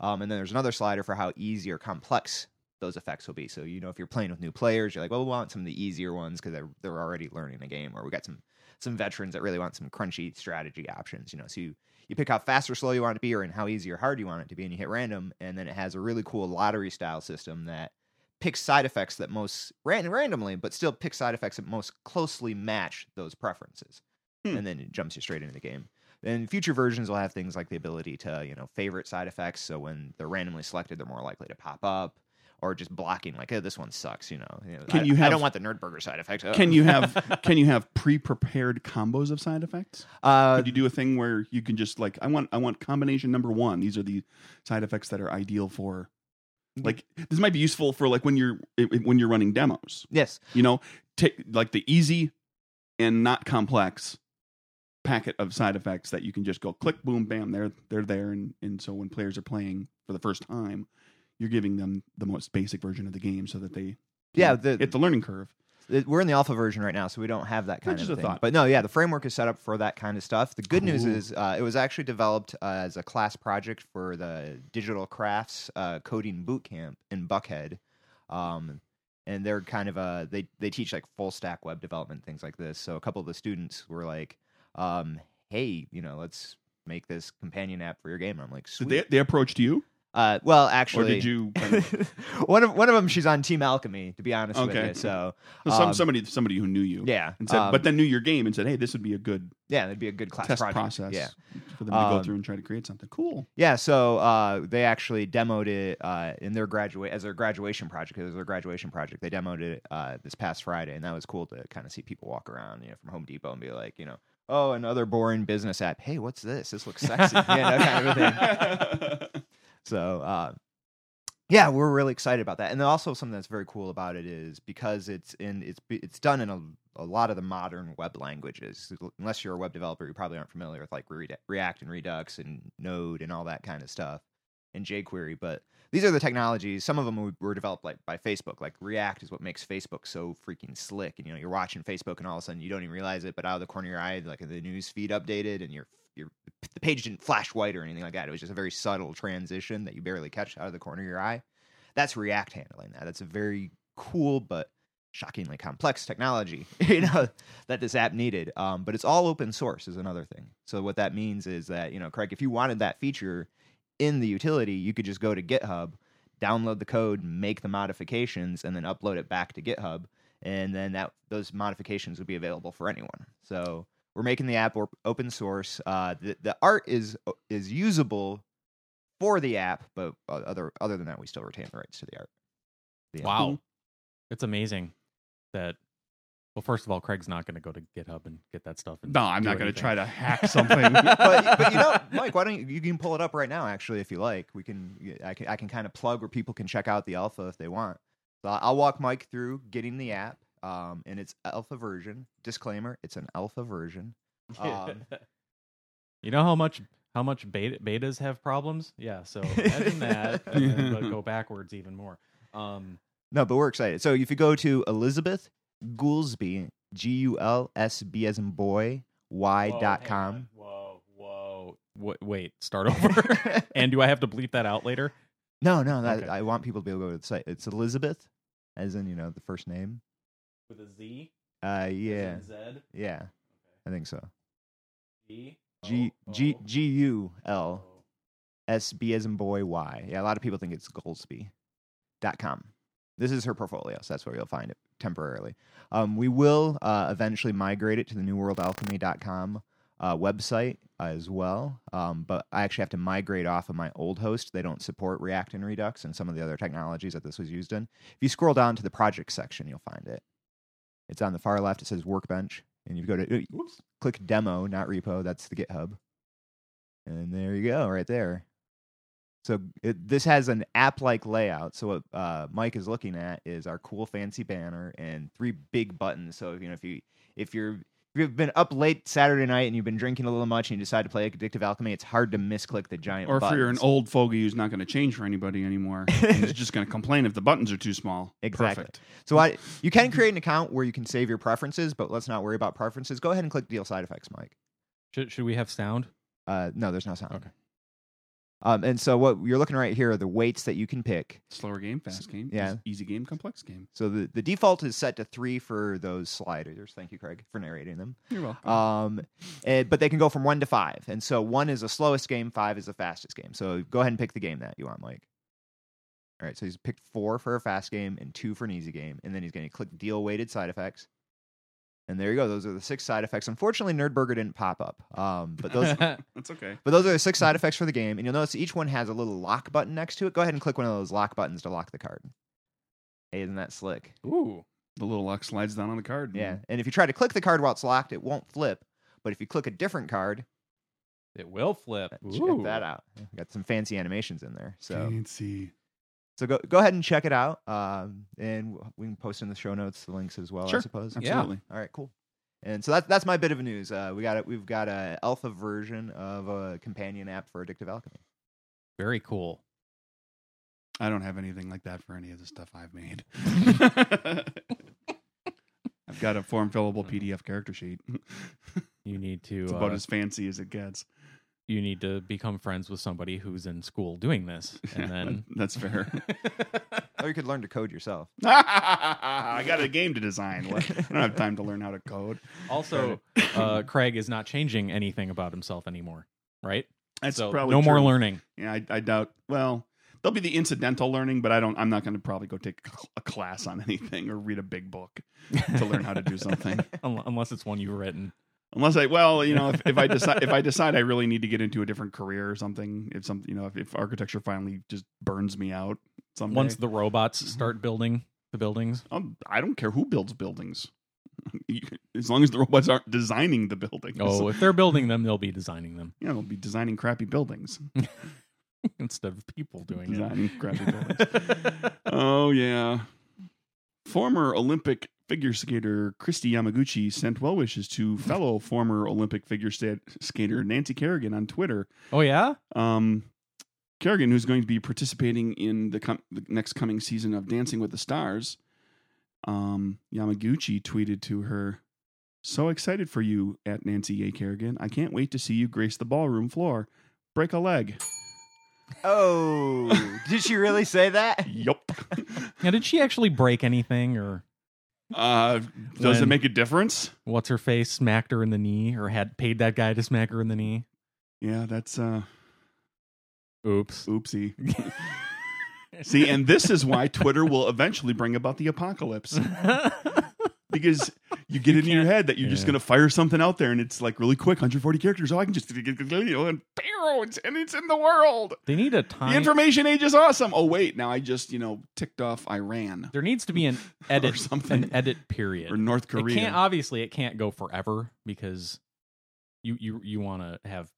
D: Um, and then there's another slider for how easy or complex those effects will be. So you know, if you're playing with new players, you're like, well, we want some of the easier ones because they're they're already learning the game, or we got some some veterans that really want some crunchy strategy options. You know, so you, you pick how fast or slow you want it to be, or and how easy or hard you want it to be, and you hit random. And then it has a really cool lottery style system that picks side effects that most ran- randomly, but still picks side effects that most closely match those preferences.
A: Hmm.
D: And then it jumps you straight into the game. And future versions will have things like the ability to, you know, favorite side effects. So when they're randomly selected, they're more likely to pop up. Or just blocking, like, oh, this one sucks, you know. You know,
A: Can
D: I,
A: you
D: I
A: have-
D: don't want the nerd burger side effect. Ugh.
A: can you have can you have pre-prepared combos of side effects?
D: Uh,
A: Could you do a thing where you can just like I want I want combination number 1. These are the side effects that are ideal for like this might be useful for like when you're when you're running demos.
D: yes.
A: you know take like the easy and not complex packet of side effects that you can just go click boom bam they're they're there and and so when players are playing for the first time you're giving them the most basic version of the game so that they
D: Yeah,
A: the,
D: the-
A: hit the learning curve
D: it- we're in the alpha version right now, so we don't have that kind
A: just
D: of
A: a
D: thing.
A: thought.
D: But no, yeah, the framework is set up for that kind of stuff. The good news
A: Cool.
D: is uh, it was actually developed uh, as a class project for the Digital Crafts uh, Coding Bootcamp in Buckhead, um, and they're kind of a they they teach like full stack web development things like this. So a couple of the students were like, um, "Hey, you know, let's." Make this companion app for your game. I'm like,
A: did
D: sweet.
A: they, they approached you
D: uh, well, actually,
A: or did you kind of-
D: [LAUGHS] one of one of them, she's on Team Alchemy, to be honest
A: Okay.
D: with you. So,
A: some,
D: um,
A: somebody somebody who knew you
D: yeah,
A: and said
D: um,
A: but then knew your game and said hey this would be a good
D: Yeah, that'd be a good class
A: test
D: project.
A: process
D: Yeah,
A: for them to go
D: Um,
A: through and try to create something [LAUGHS] cool
D: yeah. So uh, they actually demoed it uh, in their graduate as their graduation project. It was their graduation project. They demoed it uh, this past Friday, and that was cool to kind of see people walk around, you know, from Home Depot and be like, you know, oh, another boring business app. Hey, what's this? This looks sexy. [LAUGHS] yeah, that kind of a thing. So, uh, yeah, we're really excited about that. And then also something that's very cool about it is because it's in it's be- it's done in a, a lot of the modern web languages. Unless you're a web developer, you probably aren't familiar with like Re- React and Redux and Node and all that kind of stuff and jQuery. But these are the technologies. Some of them w- were developed like by Facebook. Like React is what makes Facebook so freaking slick. And you know, you're watching Facebook, and all of a sudden you don't even realize it, but out of the corner of your eye, like the news feed updated, and your your the page didn't flash white or anything like that. It was just a very subtle transition that you barely catch out of the corner of your eye. That's React handling that. That's a very cool but shockingly complex technology, [LAUGHS] you know, that this app needed. Um, but it's all open source is another thing. So what that means is that you know, Craig, if you wanted that feature in the utility, you could just go to GitHub, download the code, make the modifications, and then upload it back to GitHub. And then that those modifications would be available for anyone. So we're making the app op- open source. Uh, the, the art is is usable for the app, but uh, other other than that, we still retain the rights to the art. Yeah.
B: Wow. It's amazing that well, first of all, Craig's not gonna go to GitHub and get that stuff and
A: No, I'm
B: do
A: not going to
B: anything.
A: try to hack something.
D: [LAUGHS] but, but you
B: [LAUGHS]
D: know, Mike, why don't you, you can pull it up right now? Actually, if you like, we can. I can I can kind of plug where people can check out the alpha if they want. So I'll I'll walk Mike through getting the app um, and its alpha version. Disclaimer: It's an alpha version.
B: [LAUGHS]
D: Um,
B: you know how much how much beta, betas have problems? Yeah, so imagine [LAUGHS] that, and then go- go backwards even more. Um,
D: no, but we're excited. So if you go to Elizabeth Goolsby, G U L S B as in boy y
B: whoa,
D: dot
B: hang
D: com.
B: on. Whoa, whoa. Wait, wait, start over.
D: [LAUGHS]
B: and do I have to bleep that out later?
D: no, no, that,
B: Okay.
D: I want people to be able to go to the site. It's Elizabeth, as in you know the first name.
B: With a Z?
D: Uh, yeah,
B: Z?
D: yeah, I think so.
B: G? Oh,
D: G G G U L S B as in boy Y. Yeah, a lot of people think it's Goldsby.com. This is her portfolio, so that's where you'll find it temporarily. Um, we will uh, eventually migrate it to the newworldalchemy.com uh, website as well. Um, but I actually have to migrate off of my old host. They don't support React and Redux and some of the other technologies that this was used in. If you scroll down to the project section, you'll find it. It's on the far left. It says Workbench, and you go to uh, click Demo, not Repo. That's the GitHub, and there you go, right there. So it, this has an app-like layout. So what uh, Mike is looking at is our cool, fancy banner and three big buttons. So you know if you if you're if you've been up late Saturday night and you've been drinking a little much and you decide to play Addictive Alchemy, it's hard to misclick the giant.
A: or if you're an
D: buttons.
A: old fogey who's not going to change for anybody
B: [LAUGHS]
A: anymore and is just going to complain if the buttons are too small.
D: Exactly.
A: Perfect.
D: So I, you can create an account where you can save your preferences, but let's not worry about preferences. Go ahead and click deal side effects, Mike.
B: Should, should we have sound?
D: Uh, no, there's no sound.
B: Okay.
D: Um, and so what you're looking right here are the weights that you can pick.
A: Slower game, fast game.
D: Yeah.
A: eas- Easy game, complex game.
D: So the, the default is set to three for those sliders. Thank you, Craig, for narrating them.
A: You're welcome.
B: Uh,
D: Um, eh, but they can go from one to five. And so one is the slowest game, five is the fastest game. So go ahead and pick the game that you want, Mike. All right, so he's picked four for a fast game and two for an easy game. And then he's going to click deal weighted side effects. And there you go. Those are the six side effects. Unfortunately, Nerdburger didn't pop up. Um, but those. [LAUGHS]
A: That's okay.
D: But those are the six side effects for the game, and you'll notice each one has a little lock button next to it. Go ahead and click one of those lock buttons to lock the card. Hey, isn't that slick?
B: [LAUGHS] Ooh.
A: The little lock slides down on the card.
D: Yeah. And if you try to click the card while it's locked, it won't flip. But if you click a different card,
B: It will flip.
D: check that out. Got some fancy animations in there. So
A: Fancy.
D: so go go ahead and check it out. Um, and we can post in the show notes the links as well,
A: Sure.
D: I suppose.
B: Yeah.
A: Absolutely.
D: All right, cool. And so that's that's my bit of news. Uh, we got it. We've got a alpha version of a companion app for addictive alchemy.
B: Very cool.
A: I don't have anything like that for any of the stuff I've made.
B: [LAUGHS]
A: [LAUGHS] I've got a form fillable PDF character sheet. [LAUGHS]
B: You need to
A: It's
B: uh,
A: about as fancy as it gets.
B: you need to become friends with somebody who's in school doing this,
A: [LAUGHS]
D: [LAUGHS]
B: and then
A: That's
B: [LAUGHS]
A: fair. [LAUGHS]
D: Or Oh, you could learn to code yourself.
A: I got a game to design. What? I don't have time to learn how to code.
B: also uh, Craig is not changing anything about himself anymore, right?
A: That's
B: so
A: probably
B: no more
A: true. [LAUGHS]
B: learning.
A: Yeah, I, I doubt. Well, there'll be the incidental learning, but I don't. I'm not going to probably go take a cl- a class on anything or read a big book to learn how to do
B: [LAUGHS]
A: something.
B: Un- unless it's one you've written.
A: Unless I, well, you know, if, if I decide if I decide I really need to get into a different career or something, if some, you know, if, if architecture finally just burns me out someday, Mm-hmm. [LAUGHS]
B: Once the robots start building the buildings,
A: um, I don't care who builds buildings. [LAUGHS] You can- as long as the robots aren't designing the buildings.
B: Oh, if they're building them, they'll be designing them [LAUGHS]
A: you know, they'll be designing crappy buildings.
B: instead of people doing
A: Designing crappy buildings.
B: it.
A: Oh yeah. Former Olympic figure skater Christy Yamaguchi sent well wishes to fellow former Olympic figure sta- skater Nancy Kerrigan on Twitter.
B: [LAUGHS] oh yeah,
A: Um, Kerrigan, who's going to be participating in the, com- the next coming season of Dancing with the Stars, um, Yamaguchi tweeted to her, "So excited for you at Nancy A. Kerrigan! I can't wait to see you grace the ballroom floor. Break a leg.
D: Oh, did she really say [LAUGHS] that?
A: yup.
B: now did she actually break anything, or
A: Uh, does it
B: When-
A: make a difference?
B: what's her face smacked her in the knee, or had paid that guy to smack her in the knee?
A: Yeah, that's uh,
B: Oops.
A: oopsie."
B: [LAUGHS]
A: See, and this is why Twitter will eventually bring about the apocalypse because you get it in your head that you're just
B: yeah.
A: going to fire something out there and it's like really quick 140 characters. Oh, I can just, you know, and barrow, it's, and it's in the world.
B: they need
A: The
B: a time.
A: information age is awesome. Oh, wait, now I just, you know, ticked off Iran
B: there needs to be an
A: [LAUGHS] or
B: edit,
A: something
B: an edit period.
A: or North
B: It can't
A: Korea.
B: obviously it can't go forever because you you you want to have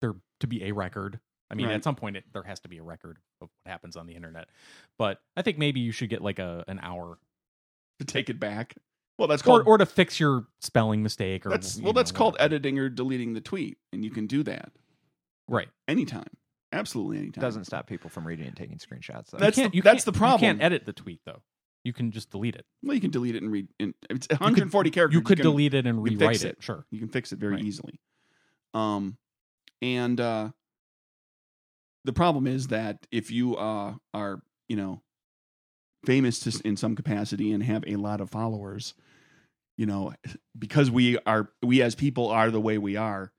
B: there to be a record. I mean,
A: Right.
B: at some point it, there has to be a record of what happens on the internet. But I think maybe you should get like a an hour
A: to take it back. Well, that's
B: or
A: called,
B: or to fix your spelling mistake or
A: that's,
B: you
A: well, that's
B: know,
A: called
B: whatever.
A: editing or deleting the tweet. And you can do that
B: Right.
A: anytime. Absolutely anytime.
D: Doesn't stop people from reading and taking screenshots. Though.
A: That's
B: you can't,
A: the-
B: you
A: that's
B: can't-
A: the
B: You
A: problem.
B: can't edit the tweet though. You can just delete it.
A: Well, you can delete it and read. And it's 140
B: you could,
A: characters.
B: You could
A: can-
B: delete it and
A: you can
B: rewrite
A: fix
B: it.
A: it.
B: Sure.
A: You can fix it very
B: Right.
A: easily. Um, and uh, the problem is that if you uh, are, you know, famous to, s- in some capacity and have a lot of followers, you know, because we are, we as people are the way we are,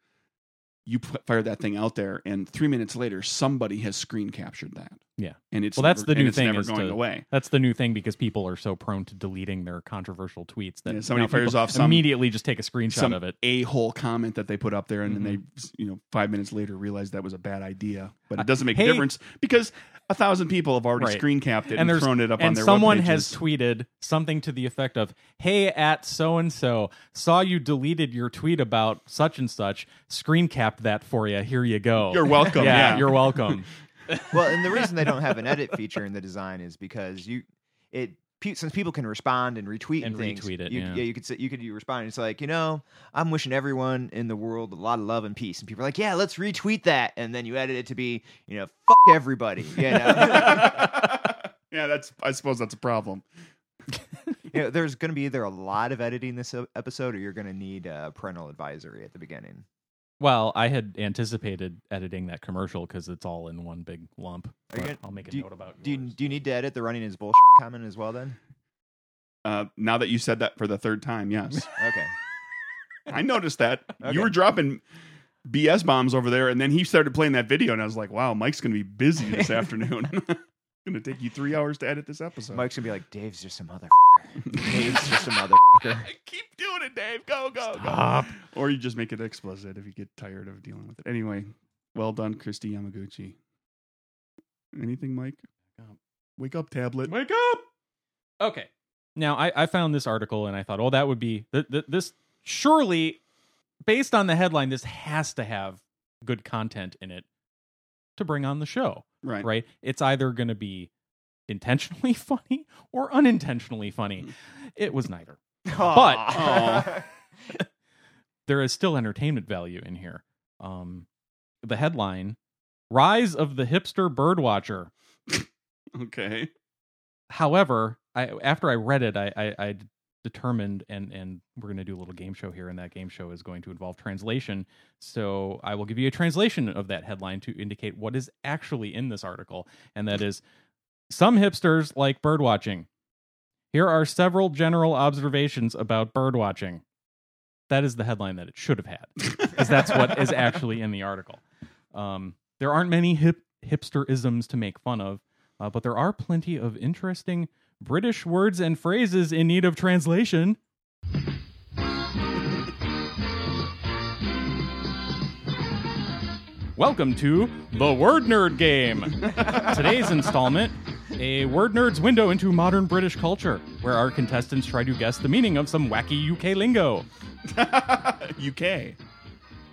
A: you p- fire that thing out there, and three minutes later, somebody has screen captured that.
B: Yeah.
A: and it's
B: Well, that's
A: never-
B: the
A: and
B: new
A: it's
B: thing
A: Never
B: is
A: going
B: to-
A: away.
B: That's the new thing because people are so prone to deleting their controversial tweets that
A: Yeah, somebody
B: now people
A: fires off some-
B: immediately just take a screenshot
A: some
B: of it. Mm-hmm.
A: a-hole comment that they put up there and then they you know five minutes later realize that was a bad idea but it doesn't make
B: Hey-
A: a difference because a thousand people have already
B: Right.
A: screen capped it
B: and
A: and,
B: there's
A: thrown it up
B: and
A: on their
B: someone
A: web
B: has
A: pages.
B: tweeted something to the effect of hey at so and so saw you deleted your tweet about such and such screen capped that for you here you go
A: [LAUGHS]
B: [LAUGHS]
A: you're welcome yeah, [LAUGHS]
B: you're welcome
D: well, and the reason they don't have an edit feature in the design is because you it pe- since people can respond and retweet
B: And
D: things,
B: retweet it,
D: You,
B: yeah.
D: you could say, you could you respond. It's like you know, I'm wishing everyone in the world a lot of love and peace, and people are like, yeah, let's retweet that, and then you edit it to be you know, fuck everybody, you know.
B: [LAUGHS]
A: yeah that's i suppose that's a problem
D: You know, there's going to be either a lot of editing this e- episode, or you're going to need a parental advisory at the beginning.
B: well i had anticipated editing that commercial because it's all in one big lump
D: Are you
B: But
D: gonna-
B: i'll make a
D: do you-
B: note about
D: Do you,
B: yours.
D: do you need to edit the running is bullshit comment as well? Then
A: uh, now that you said that for the third time yes
D: okay.
A: i noticed that
B: [LAUGHS]
D: Okay.
A: you were dropping bs bombs over there and then he started playing that video and i was like wow mike's gonna be busy
B: [LAUGHS]
A: this afternoon [LAUGHS] gonna take you three hours to edit this episode
D: Mike's gonna be like, Dave's just a
B: [LAUGHS]
D: motherfucker. Dave's just a motherfucker.
A: Keep doing it, Dave. Go,
D: Oh,
A: go,
B: Stop.
A: go. Or you just make it explicit if you get tired of dealing with it. Anyway, well done, Christy Yamaguchi. Anything, Mike? Wake up, tablet.
B: [LAUGHS] Wake up. Okay. Now I, I found this article and I thought, oh, that would be th- th- this. Surely, based on the headline, this has to have good content in it to bring on the show,
A: Right.
B: right? It's either going to be intentionally [LAUGHS] funny or unintentionally funny. It was neither. But-
D: [LAUGHS]
A: Aw.
B: There is still entertainment value in here. Um, the headline: Rise of the Hipster Birdwatcher.
A: [LAUGHS] Okay.
B: however i after i read it i i, I determined and and we're going to do a little game show here and that game show is going to involve translation so i will give you a translation of that headline to indicate what is actually in this article and that is some hipsters like birdwatching here are several general observations about birdwatching that is the headline that it should have had because that's what is actually in the article um, there aren't many hip hipsterisms to make fun of uh, but there are plenty of interesting British words and phrases in need of translation. Welcome to the Word Nerd Game. Today's installment a Word Nerd's window into modern British culture, where our contestants try to guess the meaning of some wacky UK lingo.
A: UK.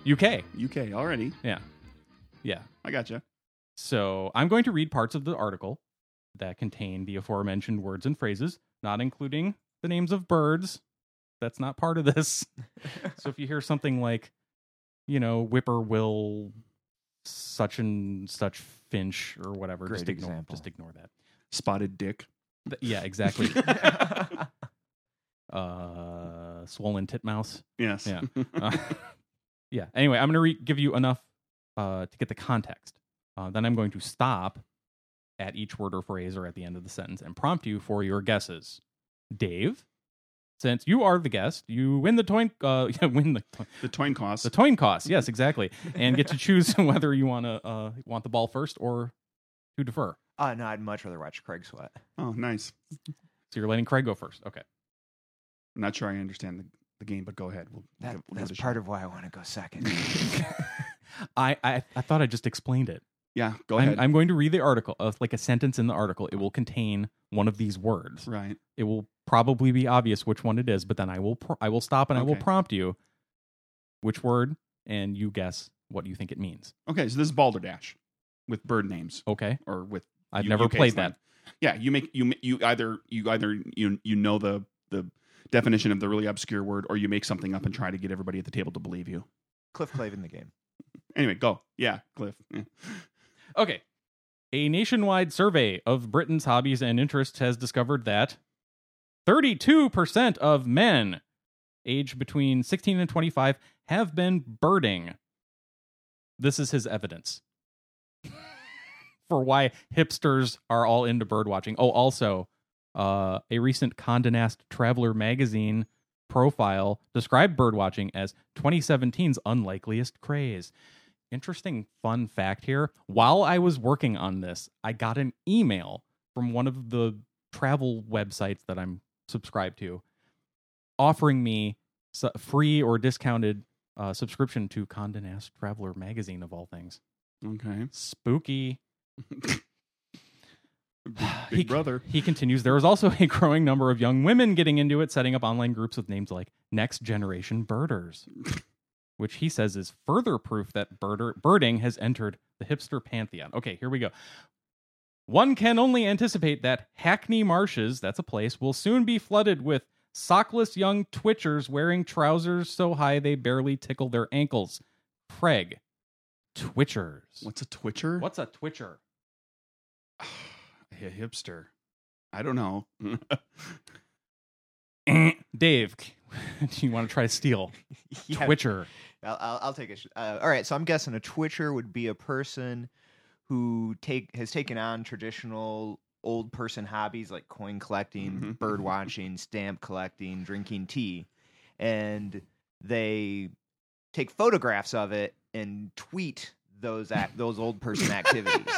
B: UK.
A: UK already.
B: Yeah. Yeah.
A: I gotcha.
B: So I'm going to read parts of the article that contain the aforementioned words and phrases, not including the names of birds. That's not part
D: [LAUGHS]
B: of this. so if you hear something like, you know, whippoorwill, such and such finch or whatever,
D: Great
B: just ignore,
D: example.
B: just ignore that.
A: Spotted dick.
B: Th- yeah, exactly.
D: [LAUGHS]
B: uh, swollen titmouse.
A: Yes.
B: Yeah. Uh, [LAUGHS] yeah. Anyway, I'm going to re- give you enough uh, to get the context. Uh, then I'm going to stop at each word or phrase or at the end of the sentence and prompt you for your guesses. Dave, since you are the guest, you win the toin uh, [LAUGHS] win the toin-
A: [LAUGHS] The twine cost.
B: the toin cost. Yes, exactly, and get to choose [LAUGHS] whether you want to uh, want the ball first or to defer.
D: Uh, no, I'd much rather watch Craig sweat.
A: oh, nice.
B: So you're letting Craig go first. Okay. [LAUGHS]
A: I'm not sure I understand the, the game, but go ahead. We'll,
D: That,
A: give- we'll give
D: that's
A: it a
D: part
A: shot.
D: of why I want to go [LAUGHS] second.
B: I, I I thought I just explained it.
A: Yeah. Go
B: I'm,
A: ahead.
B: I'm going to read the article, uh, like a sentence in the article. It will contain one of these words.
A: right.
B: It will probably be obvious which one it is, but then I will pr- I will stop and I will
A: Okay.
B: prompt you which word, and you guess what you think it means.
A: Okay. So this is Balderdash with bird names
B: Okay,
A: or with.
B: I've
A: U-
B: never
A: UK
B: played
A: slang.
B: that.
A: Yeah. You make you ma- you either you either you you know the the definition of the really obscure word, or you make something up and try to get everybody at the table to believe you.
D: Cliff Clavin, the game.
A: Anyway, go. Yeah, Cliff. Yeah.
B: Okay, a nationwide survey of Britain's hobbies and interests has discovered that 32% of men aged between 16 and 25 have been birding. This is his evidence [LAUGHS] for why hipsters are all into bird watching. Oh, also, uh, a recent Condé Nast Traveler magazine profile described bird watching as 2017's unlikeliest craze. Interesting fun fact here. While I was working on this, I got an email from one of the travel websites that I'm subscribed to offering me su- free or discounted uh, subscription to Condé Nast Traveler magazine of all things. [SIGHS]
A: Okay.
B: Spooky.
A: Big,
B: He-
A: big brother.
B: He continues, there is also a growing number of young women getting into it, setting up online groups with names like Next Generation Birders, which he says is further proof that birder, birding has entered the hipster pantheon. Okay, here we go. One can only anticipate that Hackney Marshes, that's a place, will soon be flooded with sockless young twitchers wearing trousers so high they barely tickle their ankles. Craig, twitchers.
A: What's a twitcher?
B: What's a twitcher?
A: [SIGHS] a hipster? I don't know. [LAUGHS]
B: Dave, [LAUGHS] do you want to try steal?
D: [LAUGHS] Yeah,
B: Twitcher.
D: I'll, I'll, I'll take a. Sh- uh, all right, so I'm guessing a twitcher would be a person who take has taken on traditional old person hobbies like coin collecting,
B: Mm-hmm.
A: Mhm.
D: bird watching, stamp collecting, drinking tea, and they take photographs of it and tweet those act- those old person
B: [LAUGHS]
D: activities.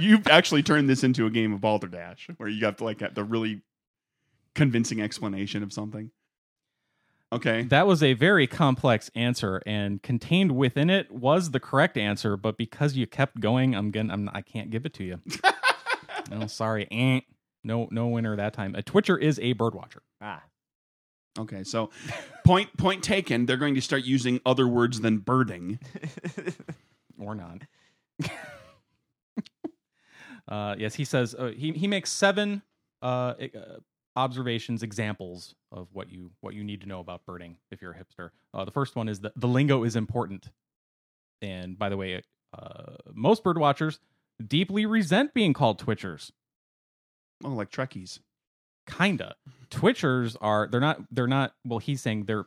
A: You've actually turned this into a game of Balderdash where you have to like have the really convincing explanation of something. Okay.
B: That was a very complex answer, and contained within it was the correct answer. But because you kept going, I'm gonna, I'm, I can't give it to you. no, sorry, Eh. no, no winner that time. A twitcher is a birdwatcher.
D: ah,
A: Okay.
B: [LAUGHS]
A: So point point taken. They're going to start using other words than birding.
B: or not. [LAUGHS] uh, yes, he says uh, he he makes seven uh, e- uh, observations, examples of what you what you need to know about birding if you're a hipster. Uh, the first one is that the lingo is important, and by the way, uh, most bird watchers deeply resent being called twitchers.
A: Oh, like Trekkies.
B: Kinda twitchers are they're not they're not well. He's saying they're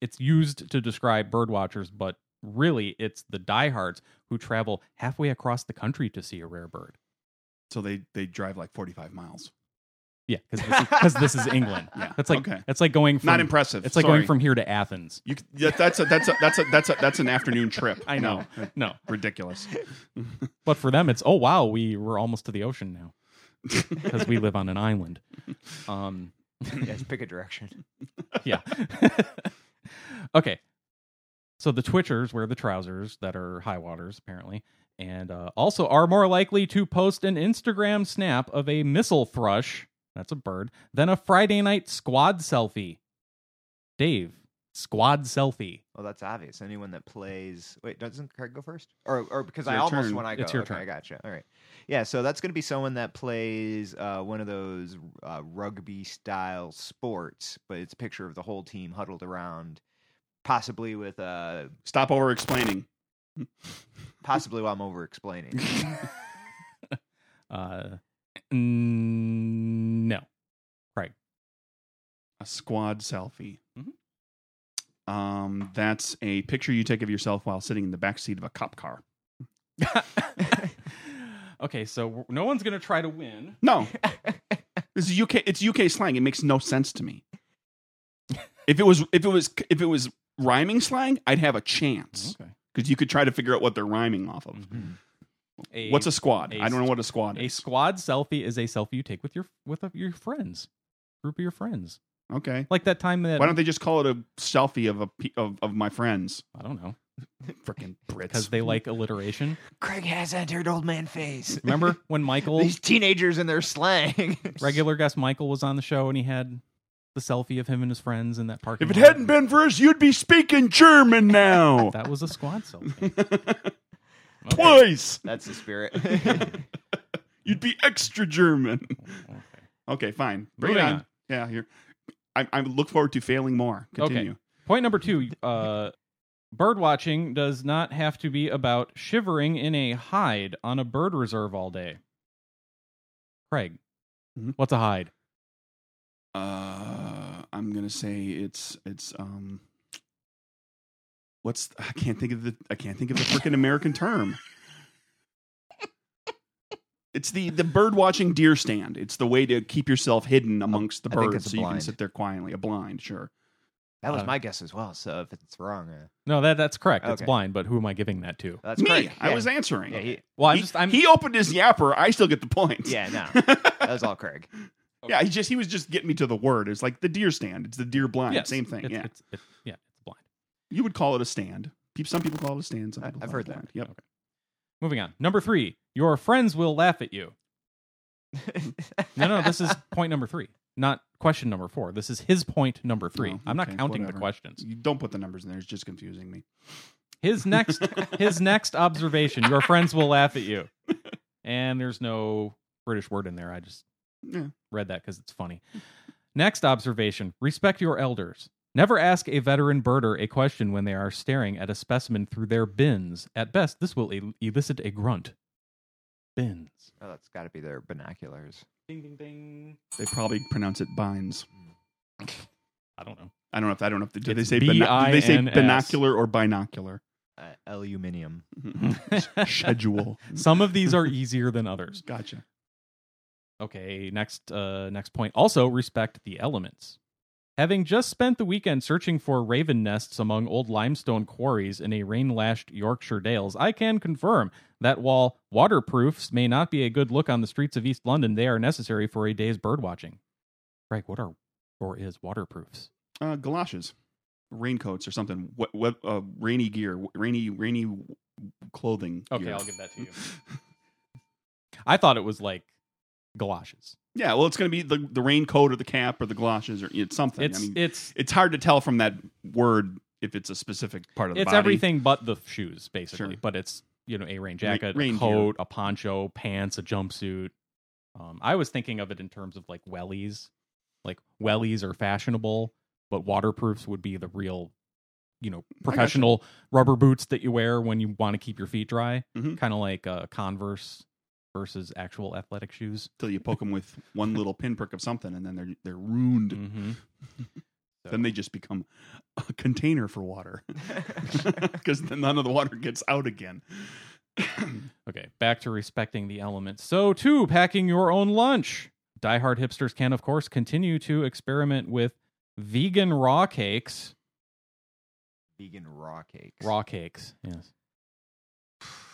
B: it's used to describe bird watchers, but really it's the diehards who travel halfway across the country to see a rare bird.
A: So they they drive like 45 miles.
B: Yeah, because this, is England.
A: [LAUGHS] Yeah.
B: That's like
A: Okay.
B: that's like going from
A: Not impressive.
B: It's like
A: Sorry.
B: going from here to Athens.
A: you, c- that- that's a that's a that's a that's a that's an afternoon trip.
B: [LAUGHS] I know.
A: No, uh,
B: No,
A: ridiculous.
B: but for them, it's oh wow, we we're almost to the ocean
A: [LAUGHS]
B: now because we live on an island. Um,
D: yes, pick a direction.
B: [LAUGHS] yeah. okay. So the twitchers wear the trousers that are high waters, apparently, and uh, also are more likely to post an Instagram snap of a missile thrush, that's a bird, than a Friday night squad selfie. Dave, squad selfie.
D: Well, Oh, that's obvious. Anyone that plays. Wait, doesn't Craig go first? Or, or because
A: It's
D: I
A: your
D: almost
A: turn.
D: when I go.
B: It's your
D: okay,
B: turn.
D: I gotcha. All right. Yeah, so that's going to be someone that plays uh, one of those uh, rugby style sports, but it's a picture of the whole team huddled around, possibly with uh,
A: Stop over explaining.
D: possibly while I'm
A: [LAUGHS]
D: over explaining.
B: Uh, n- no.
A: a squad selfie.
B: Mhm. Mm-hmm.
A: Um, that's a picture you take of yourself while sitting in the back seat of a cop car.
B: okay, so w- no one's gonna try to win. [LAUGHS]
A: No, this is UK. It's UK slang. It makes no sense to me. If it was, if it was, if it was rhyming slang, I'd have a chance
B: Okay. Mm-hmm.
A: because you could try to figure out what they're rhyming off of. What's a squad?
B: a
A: I I don't know what a squad
B: a
A: is.
B: squad selfie is a selfie you take with your with uh, your friends, group of your friends.
A: Okay.
B: Like that time that
A: Why don't they just call it a selfie of a pe- of, of my friends?
B: I
A: [LAUGHS]
B: don't know
A: Freaking
B: because
A: Brits.
B: they
A: [LAUGHS]
B: like alliteration.
D: Craig has entered old man phase.
B: Remember when Michael,
D: [LAUGHS] These teenagers and their slang. [LAUGHS]
B: regular guest Michael, was on the show and he had the selfie of him and his friends in that parking.
A: If it
B: lot?
A: hadn't been for us, you'd be speaking German now.
B: [LAUGHS] that was a squad selfie. Okay.
A: Twice.
D: That's
A: [LAUGHS]
D: the spirit. [LAUGHS]
A: You'd be extra German.
B: Okay.
A: [LAUGHS] Okay, fine. Bring
B: Moving
A: it on.
B: on.
A: Yeah, here. I, I look forward to failing more. Continue.
B: Point number two: uh, bird watching does not have to be about shivering in a hide on a bird reserve all day. Craig,
A: Mhm.
B: what's a hide?
A: Uh, I'm gonna say it's it's um. What's I can't think of the I can't think of the freaking American term. It's the the bird watching deer stand. It's the way to keep yourself hidden amongst the
D: I think
A: birds,
D: it's a
A: so you can
D: blind.
A: sit there quietly. A blind, sure.
D: that was
B: Uh,
D: my guess as well. So if it's wrong, uh,
B: No, that that's correct. It's
D: Okay.
B: blind, but who am I giving that to?
D: that's
A: Me,
D: Craig.
A: I
D: Yeah.
A: was answering.
D: Yeah, he,
B: Well, I'm
A: he,
B: just I'm
A: he opened his yapper. I still get the point.
D: yeah,
A: [LAUGHS]
D: no, that was all Craig.
A: Yeah, he just he was just getting me to the word. It's like the deer stand. It's the deer blind.
B: yes,
A: Same thing.
B: It's,
A: yeah,
B: it's, it's, yeah, it's blind.
A: you would call it a stand. Pe- Some people call it a stand. Some
D: I-
A: people
D: I've
A: call
D: heard
A: it a
D: that.
A: blind. Yep.
B: Moving on. Number three: your friends will laugh at you. No, no, this is point number three, not question number four. This is his point number three.
A: Oh,
B: I'm not
A: okay,
B: counting
A: whatever.
B: the questions.
A: You don't put the numbers in there. It's just confusing me.
B: His next
A: [LAUGHS]
B: his next observation, your friends will laugh at you. And there's no British word in there. I just
A: Yeah.
B: read that because it's funny. Next observation, respect your elders. Never ask a veteran birder a question when they are staring at a specimen through their bins. At best, this will el- elicit a grunt. Bins.
D: Oh, that's got to be their binoculars.
B: Ding ding ding.
A: They probably pronounce it bines.
B: I don't know.
A: I don't know if I don't know if they do.
B: It's
A: they say bino- do they say
B: B-I-N-S.
A: binocular or
B: [LAUGHS]
A: binocular
D: Uh, aluminium.
A: schedule.
B: Some of these are easier than others.
A: Gotcha.
B: Okay, next uh next point. Also respect the elements. Having just spent the weekend searching for raven nests among old limestone quarries in a rain-lashed Yorkshire dales, I can confirm that while waterproofs may not be a good look on the streets of East London, they are necessary for a day's birdwatching. Greg, what are or is waterproofs?
A: Uh, galoshes, raincoats, or something. What? What? Uh, rainy gear. Rainy. Rainy clothing.
B: Okay,
A: gear.
B: I'll give that
A: [LAUGHS]
B: to you. I thought it was like galoshes.
A: Yeah, well, it's going to be the the raincoat or the cap or the galoshes or it's something.
B: It's
A: I mean,
B: it's
A: it's hard to tell from that word if it's a specific part of the
B: it's
A: body.
B: everything but the shoes basically
A: Sure.
B: but it's you know a rain jacket
A: rain
B: a coat a poncho pants a jumpsuit um, i was thinking of it in terms of like wellies like wellies are fashionable but waterproofs would be the real you know professional rubber boots that you wear when you want to keep your feet dry
A: Mhm.
B: kind of like uh, converse versus actual athletic shoes
A: Until you poke them with one little pinprick of something, and then they're they're ruined.
B: mm-hmm.
A: Then they just become a container for
B: [LAUGHS]
A: water, because then none of the water gets out again.
B: Okay, back to respecting the elements. So, too, packing your own lunch. Diehard hipsters can, of course, continue to experiment with vegan raw cakes.
D: Vegan raw cakes.
B: Raw cakes, yes.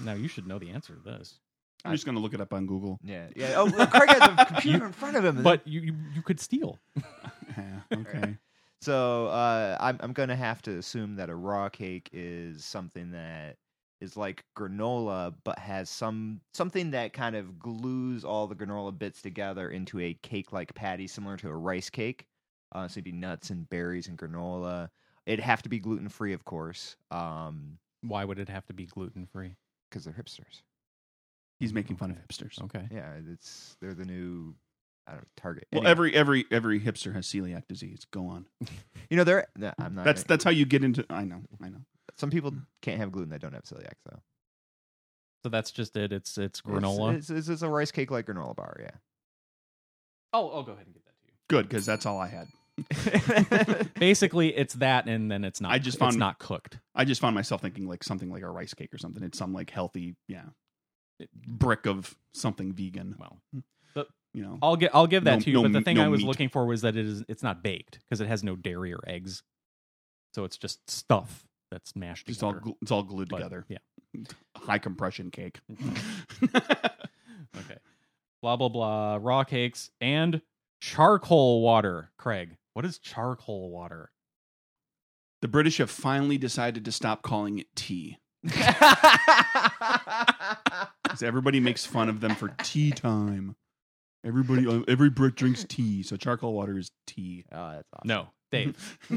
B: Now, you should know the answer to this.
A: I'm just going to look it up on
B: [LAUGHS]
A: Google.
D: Yeah. Yeah. Oh, well, Craig has a computer in front of him.
B: But you, you, you could steal.
A: Yeah, okay.
D: so uh, I'm I'm gonna have to assume that a raw cake is something that is like granola, but has some something that kind of glues all the granola bits together into a cake-like patty, similar to a rice cake. Uh, so it'd be nuts and berries and granola. It'd have to be gluten free, of course, because
B: Why would it have to be gluten free?
D: they're hipsters.
A: He's making fun of hipsters.
B: Okay.
D: Yeah, it's they're the new I don't know, target.
A: Well,
D: Anyway,
A: every every every hipster has celiac disease. Go on.
D: you know, they're no, I'm not.
A: That's
D: gonna-
A: that's how you get into. I know. I know.
D: some people can't have gluten that don't have celiac. So It's-
B: So that's just it. It's it's granola.
D: It's, it's, it's a rice cake like granola bar.
A: [LAUGHS]
D: Yeah. [LAUGHS]
B: Oh, I'll go ahead and get that to you.
A: Good because that's all I had.
B: Basically, it's that, and then it's not.
A: I just
B: it's
A: found-
B: not cooked.
A: I just found myself thinking like something like a rice cake or something. It's some like healthy, yeah, brick of something vegan. Hmm.
B: Well,
A: You know,
B: I'll get I'll give that
A: No-
B: to you.
A: no
B: but the
A: meat-
B: thing
A: no
B: I was
A: meat.
B: looking for was that it is it's not baked because it has no dairy or eggs, so it's just stuff that's mashed
A: just all
B: together.
A: glu- it's all glued
B: But,
A: together. [LAUGHS]
B: Yeah.
A: High compression
B: [LAUGHS]
A: cake. [LAUGHS]
B: Okay. Blah blah blah. Raw cakes and charcoal water. Craig, what is charcoal water?
A: the British have finally decided to stop calling it tea. 'Cause everybody makes fun of them for tea time. Everybody, uh, every Brit drinks tea, so charcoal water is tea.
D: Oh, that's awesome.
B: No, Dave.
A: [LAUGHS]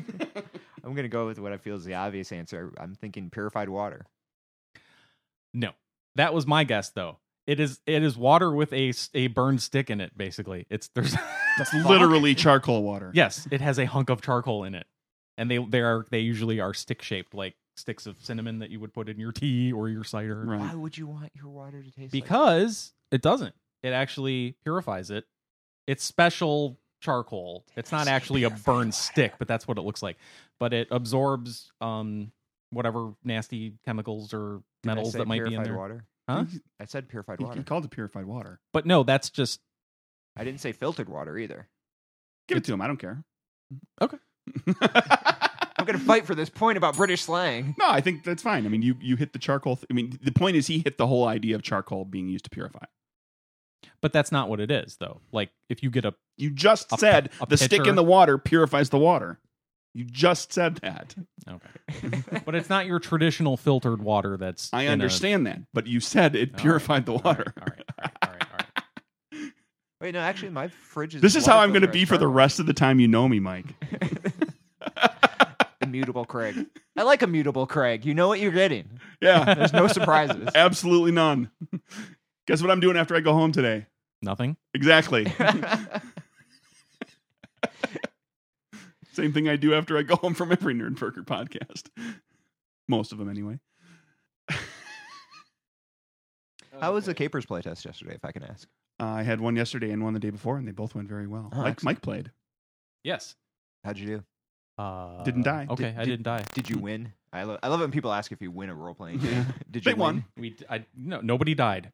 D: I'm gonna go with what I feel is the obvious answer. I'm thinking purified water.
B: No, that was my guess though. It is it is water with a s- a burned stick in it. Basically, it's there's
A: It's literally charcoal water.
B: yes, it has a hunk of charcoal in it, and they they are they usually are stick shaped like sticks of cinnamon that you would put in your tea or your cider
A: Right.
D: Why would you want your water to taste? like-
B: because it doesn't. It actually purifies it. It's special charcoal. It's not actually a burned stick, but that's what it looks like. But it absorbs um whatever nasty chemicals or
D: Did I
B: metals
D: say
B: that might be in
D: purified
B: there.
D: Water.
B: Huh?
D: I said purified
A: He,
D: water.
A: he called it purified water.
B: But no, that's just
D: I didn't say filtered water either.
A: Give it to him. I don't care. [LAUGHS]
B: Okay.
D: I'm gonna fight for this point about British slang.
A: No, I think that's fine. I mean, you you hit the charcoal. Th- I mean, the point is he hit the whole idea of charcoal being used to purify.
B: But that's not what it is, though. Like if you get a
A: You just
B: A
A: said
B: pi- a
A: the stick
B: pitcher.
A: in the water purifies the water. You just said that.
B: okay, but it's not your traditional filtered
D: [LAUGHS]
B: water. That's
A: I
B: in a-
A: understand that, but you said it
B: All right,
A: purified the water.
B: All right, all right, all right, all right.
D: Wait, no, actually, my fridge is.
A: This is how
D: water
A: I'm going to
D: filtered
A: be
D: as
A: for the
D: charcoal.
A: rest of the time you know me,
B: [LAUGHS]
A: Mike.
D: Immutable Craig. I like immutable Craig. You know what you're getting.
A: Yeah, [LAUGHS]
D: There's no surprises.
A: absolutely none. Guess what I'm doing after I go home today?
B: [LAUGHS] Nothing. [LAUGHS]
A: Exactly. [LAUGHS] Same thing I do after I go home from every Nerdburger podcast. Most of them, anyway.
D: How was the Capers playtest yesterday, if I can ask?
A: Uh, I had one yesterday and one the day before, and they both went very well.
D: Oh,
A: Mike,
D: excellent.
A: Mike played.
B: Yes.
D: How'd you do?
B: Uh,
A: Didn't die.
B: Okay,
D: Did-
B: I
D: did-
B: didn't die.
D: Did you win? I love. I love when people ask if you win a role playing game. [LAUGHS] Did you
A: They
D: win?
A: won.
B: We d- I no nobody died.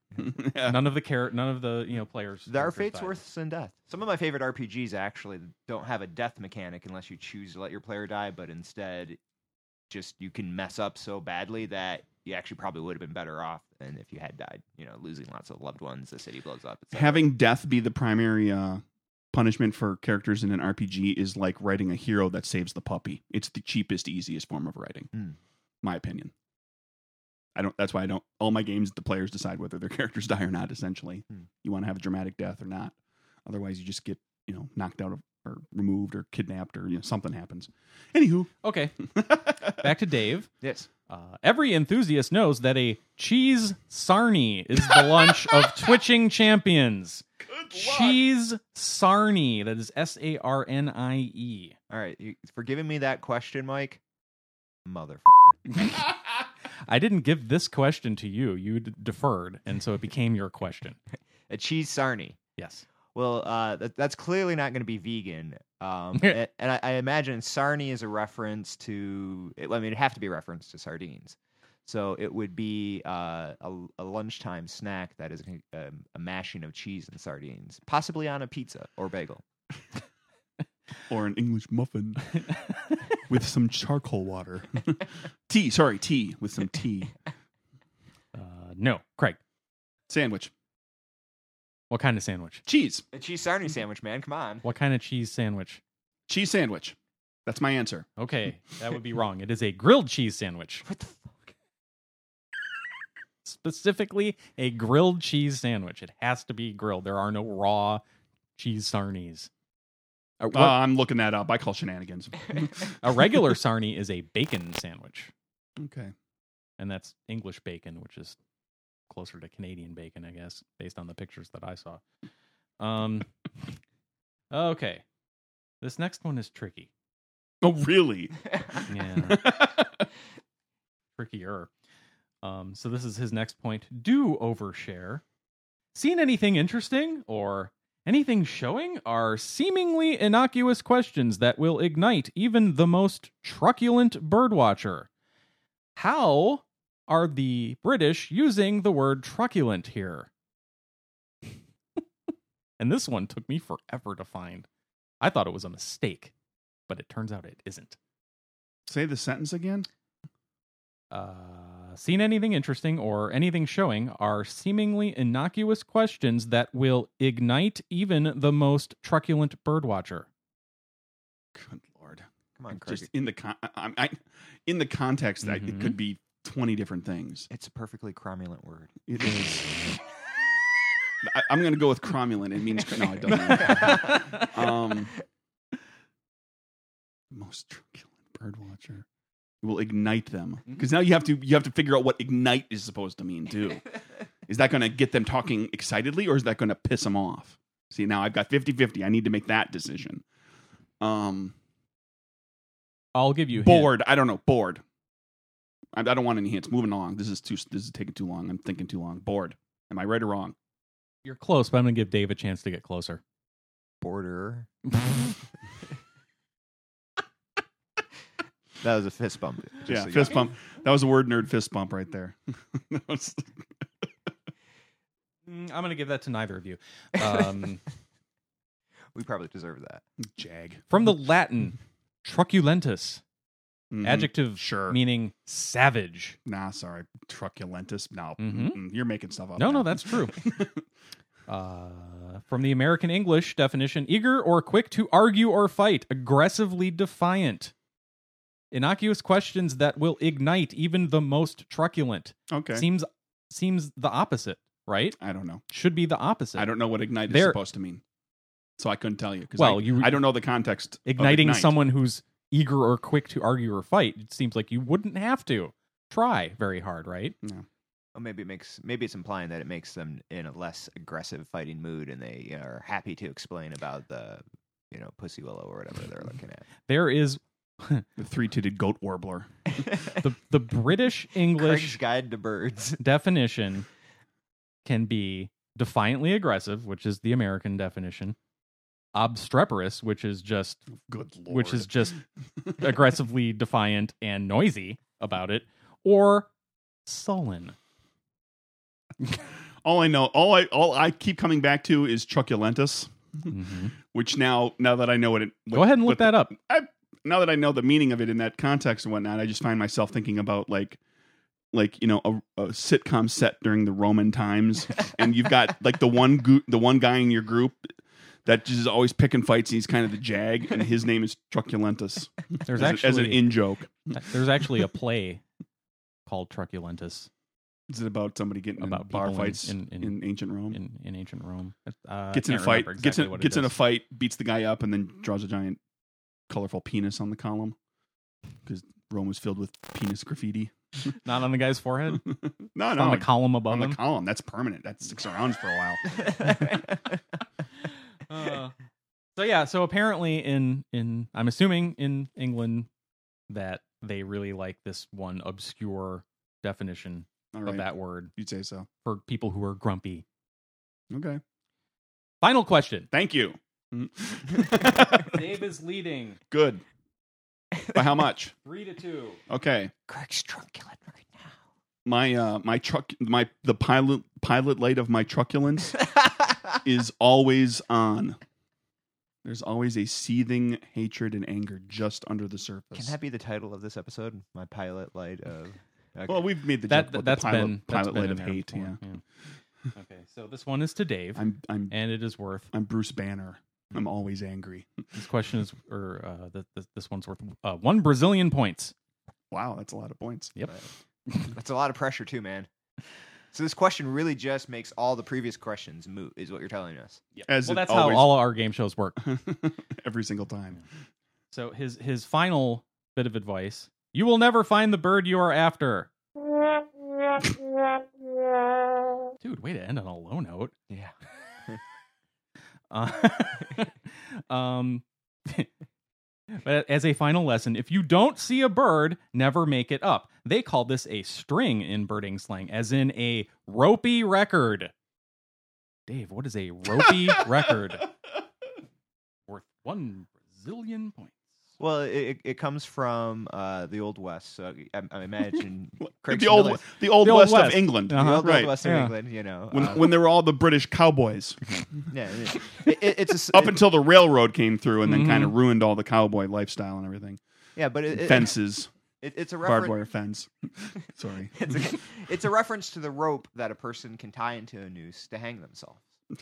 A: Yeah.
B: None of the care. None of the you know players.
D: There are
B: characters
D: fates
B: died.
D: worse than death. Some of my favorite RPGs actually don't have a death mechanic unless you choose to let your player die, but instead, just you can mess up so badly that you actually probably would have been better off than if you had died. You know, losing lots of loved ones, the city blows up. et cetera.
A: Having death be the primary uh, punishment for characters in an RPG is like writing a hero that saves the puppy. It's the cheapest, easiest form of writing,
D: Hmm.
A: my opinion. I don't. That's why I don't. All my games, the players decide whether their [LAUGHS] characters die or not. Essentially,
D: Hmm.
A: you want to have a dramatic death or not. Otherwise, you just get you know knocked out of, or removed or kidnapped or you know something happens. Anywho,
B: Okay, back to Dave.
D: yes,
B: Uh, every enthusiast knows that a cheese sarnie is the lunch of twitching champions. cheese sarnie. That is S A R N I E.
D: all right, you, for giving me that question, Mike. Motherfucker.
B: I didn't give this question to you. You d- deferred, and so it became your question.
D: a cheese sarnie.
B: Yes.
D: Well, uh, that, that's clearly not going to be vegan. [LAUGHS] Um, a- and, I, I imagine sarnie is a reference to, it, I mean, it'd have to be a reference to sardines. So it would be uh, a, a lunchtime snack that is a, um, a mashing of cheese and sardines, possibly on a pizza or bagel.
A: or an English
D: [LAUGHS]
A: muffin with some charcoal water. [LAUGHS] tea, sorry, tea with some tea.
B: Uh, no, Craig.
A: Sandwich.
B: What kind of sandwich?
A: Cheese.
D: A cheese sarnie sandwich, man. Come on.
B: What kind of cheese sandwich?
A: Cheese sandwich. That's my answer.
B: Okay, that would be wrong. It is a grilled cheese sandwich.
D: What the fuck?
B: specifically a grilled cheese sandwich. It has to be grilled. There are no raw cheese sarnies. A,
A: Uh, I'm looking that up. I call
D: [LAUGHS]
A: shenanigans.
B: a regular sarnie is a bacon sandwich,
A: [LAUGHS] okay.
B: and that's English bacon, which is closer to Canadian bacon, I guess, based on the pictures that I saw. Um, [LAUGHS] okay, this next one is tricky.
A: Oh, really?
B: Yeah. [LAUGHS] trickier. Um, so this is his next point. Do overshare. Seen anything interesting or anything showing are seemingly innocuous questions that will ignite even the most truculent birdwatcher. How are the British using the word truculent here? [LAUGHS] and this one took me forever to find. I thought it was a mistake, but it turns out it isn't.
A: Say the sentence again.
B: Uh, seen anything interesting or anything showing are seemingly innocuous questions that will ignite even the most truculent birdwatcher.
A: Good lord.
D: Come on, Kirk.
A: Just in the con- I, I, I- in the context, I, it
B: Mhm.
A: could be twenty different things.
D: It's a perfectly cromulent word.
A: It is.
D: [LAUGHS]
A: I, I'm going to go with cromulent. It means no. It
D: [LAUGHS]
A: doesn't. um, [LAUGHS] most truculent birdwatcher will ignite them because now you have to you have to figure out what ignite is supposed to mean [LAUGHS] too. is that going to get them talking excitedly or is that going to piss them off? See, now I've got 50-50. I need to make that decision. Um,
B: I'll give you a hint.
A: bored. I don't know. Bored. I, I don't want any hints. Moving along. This is too. This is taking too long. I'm thinking too long. Bored. Am I right or wrong?
B: You're close, but I'm going to give Dave a chance to get closer.
D: [LAUGHS] Border.
C: That was a fist bump. Just
A: yeah,
C: so you-
A: fist bump. That was a word nerd fist bump right there. [LAUGHS] That was-
B: Mm, I'm going to give that to neither of you. Um,
D: We probably deserve that.
A: Jag.
B: from the Latin, [LAUGHS] truculentus,
A: Mhm.
B: adjective
A: Sure.
B: meaning savage.
A: Nah, sorry. Truculentus. No.
B: Mhm.
A: Mm-mm. You're making stuff up.
B: No,
A: now.
B: no,
A: [LAUGHS]
B: that's true. uh, from the American English definition, eager or quick to argue or fight, aggressively defiant. Innocuous questions that will ignite even the most truculent.
A: okay.
B: Seems seems the opposite, right?
A: I don't know.
B: Should be the opposite.
A: I don't know what ignite is
B: There-
A: supposed to mean, so I couldn't tell you. 'cause
B: Well,
A: I,
B: you-
A: I don't know the context. of
B: Igniting
A: ignite.
B: someone who's eager or quick to argue or fight. It seems like you wouldn't have to try very hard, right?
D: Oh, maybe it makes maybe it's implying that it makes them in a less aggressive fighting mood, and they you know, are happy to explain about the you know pussy willow or whatever they're looking [LAUGHS] at.
B: There is
A: The three-titted goat warbler.
B: the
A: [LAUGHS]
B: the British English
D: Craig's Guide to [LAUGHS] Birds.
B: definition can be defiantly aggressive, which is the American definition, obstreperous, which is just
A: Good lord.
B: which
A: [LAUGHS]
B: is just aggressively defiant and noisy about it, or sullen.
A: all I know. All I all I keep coming back to is truculentus, [LAUGHS] which now now that I know what it.
B: Mm-hmm. Go ahead and
A: what
B: look
A: the- [LAUGHS]
B: that up.
A: I now that I know the meaning of it in that context and whatnot, I just find myself thinking about like like you know a, a sitcom set during the Roman [LAUGHS] times, and you've got like the one go- the one guy in your group that just is always picking fights. And he's kind of the jag, and his name is [LAUGHS] Truculentus.
B: There's
A: as, a- as an
B: actually
A: in joke.
B: there's actually a play called Truculentus
A: Is it about somebody getting about
B: About
A: bar
B: people in-
A: fights in,
B: in- in-
A: ancient Rome?
B: in, in ancient Rome. Uh, I
A: gets in a
B: can't
A: fight,
B: remember
A: gets
B: exactly
A: in
B: what it
A: gets in a
B: is.
A: fight, beats the guy up, and then draws a giant colorful penis on the column because Rome was filled with penis graffiti.
B: Not on the guy's
A: [LAUGHS]
B: forehead,
A: No, no,
B: on the column above
A: on
B: him.
A: the column. That's permanent. That sticks around for a while.
D: [LAUGHS]
B: [LAUGHS] Uh, so yeah, so apparently in in I'm assuming in England that they really like this one obscure definition
A: All
B: of
A: right,
B: that word
A: you'd say so.
B: for people who are grumpy.
A: Okay,
B: Final question.
A: thank you. Mm.
B: [LAUGHS] Dave is leading
A: Good. By how much?
B: [LAUGHS] three to two.
A: Okay,
D: Craig's truculent right now.
A: my uh, my truck, my the pilot pilot light of my
B: [LAUGHS]
A: truculence is always on. There's always a seething hatred and anger just under the surface.
D: Can that be the title of this episode? My pilot light [LAUGHS] of. Okay.
A: Well, we've made the
B: That
A: joke about
B: that's
A: the pilot,
B: been that's
A: pilot
B: been
A: light
B: in
A: of
B: there
A: hate. Yeah,
B: before, yeah. Okay, so this one is to Dave,
A: I'm I'm
B: and it is worth
A: I'm Bruce Banner. I'm always angry.
B: this question is or uh, th- th- this one's worth uh, one Brazilian points.
A: Wow, that's a lot of points.
B: Yep.
D: That's a lot of pressure too, man. So this question really just makes all the previous questions moot, is what you're telling us.
A: As
B: well,
A: it
B: that's
A: always,
B: how all our game shows work.
A: [LAUGHS] every single time.
B: So his his final bit of advice: you will never find the bird you are after. Dude, way to end on a low note.
D: Yeah.
B: Uh, [LAUGHS] um, [LAUGHS] but as a final lesson, if you don't see a bird, never make it up. They call this a string in birding slang, as in a ropey record. Dave, what is a ropey record? Worth one Brazilian points.
D: Well, it, it- it comes from uh, the Old West, so I, I [LAUGHS] imagine Craig's
A: the old,
D: familiar-
A: the old
B: The Old
A: west,
B: West.
A: of England,
B: Uh-huh.
D: the old,
A: right?
D: old West of
B: yeah.
D: England, you know.
A: When,
D: uh,
A: when they were all the British
B: [LAUGHS]
A: cowboys,
D: yeah,
A: [LAUGHS]
D: yeah. It, it- it's a, s-
A: up
D: it-
A: until the railroad came through and then
B: Mhm.
A: kind of ruined all the cowboy lifestyle and everything.
D: yeah, but it, it,
B: [LAUGHS]
A: Fences,
D: it- it's a
A: barbed
D: reference.
A: wire fence. Sorry,
D: [LAUGHS] It's a, it's a reference to the rope that a person can tie into a noose to hang themselves. [LAUGHS]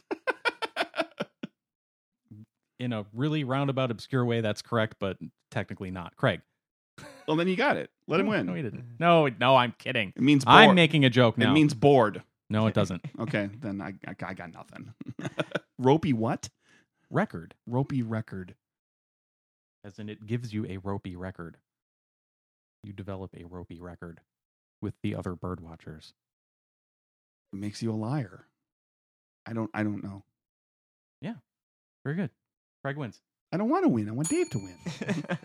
B: In a really roundabout, obscure way, that's correct, but technically not. Craig,
A: [LAUGHS] well then you got it. Let him win.
B: Oh, No, he didn't. No, no, I'm kidding.
A: It means bored.
B: I'm making a joke now.
A: It means bored.
B: no, it doesn't.
A: Okay, then I I, I got nothing. [LAUGHS] Ropey what?
B: Record,
A: Ropey record.
B: as in it gives you a ropey record. You develop a ropey record with the other bird watchers.
A: It makes you a liar. I don't I don't know.
B: Very good. Craig wins.
A: I don't want to win. I want Dave to win.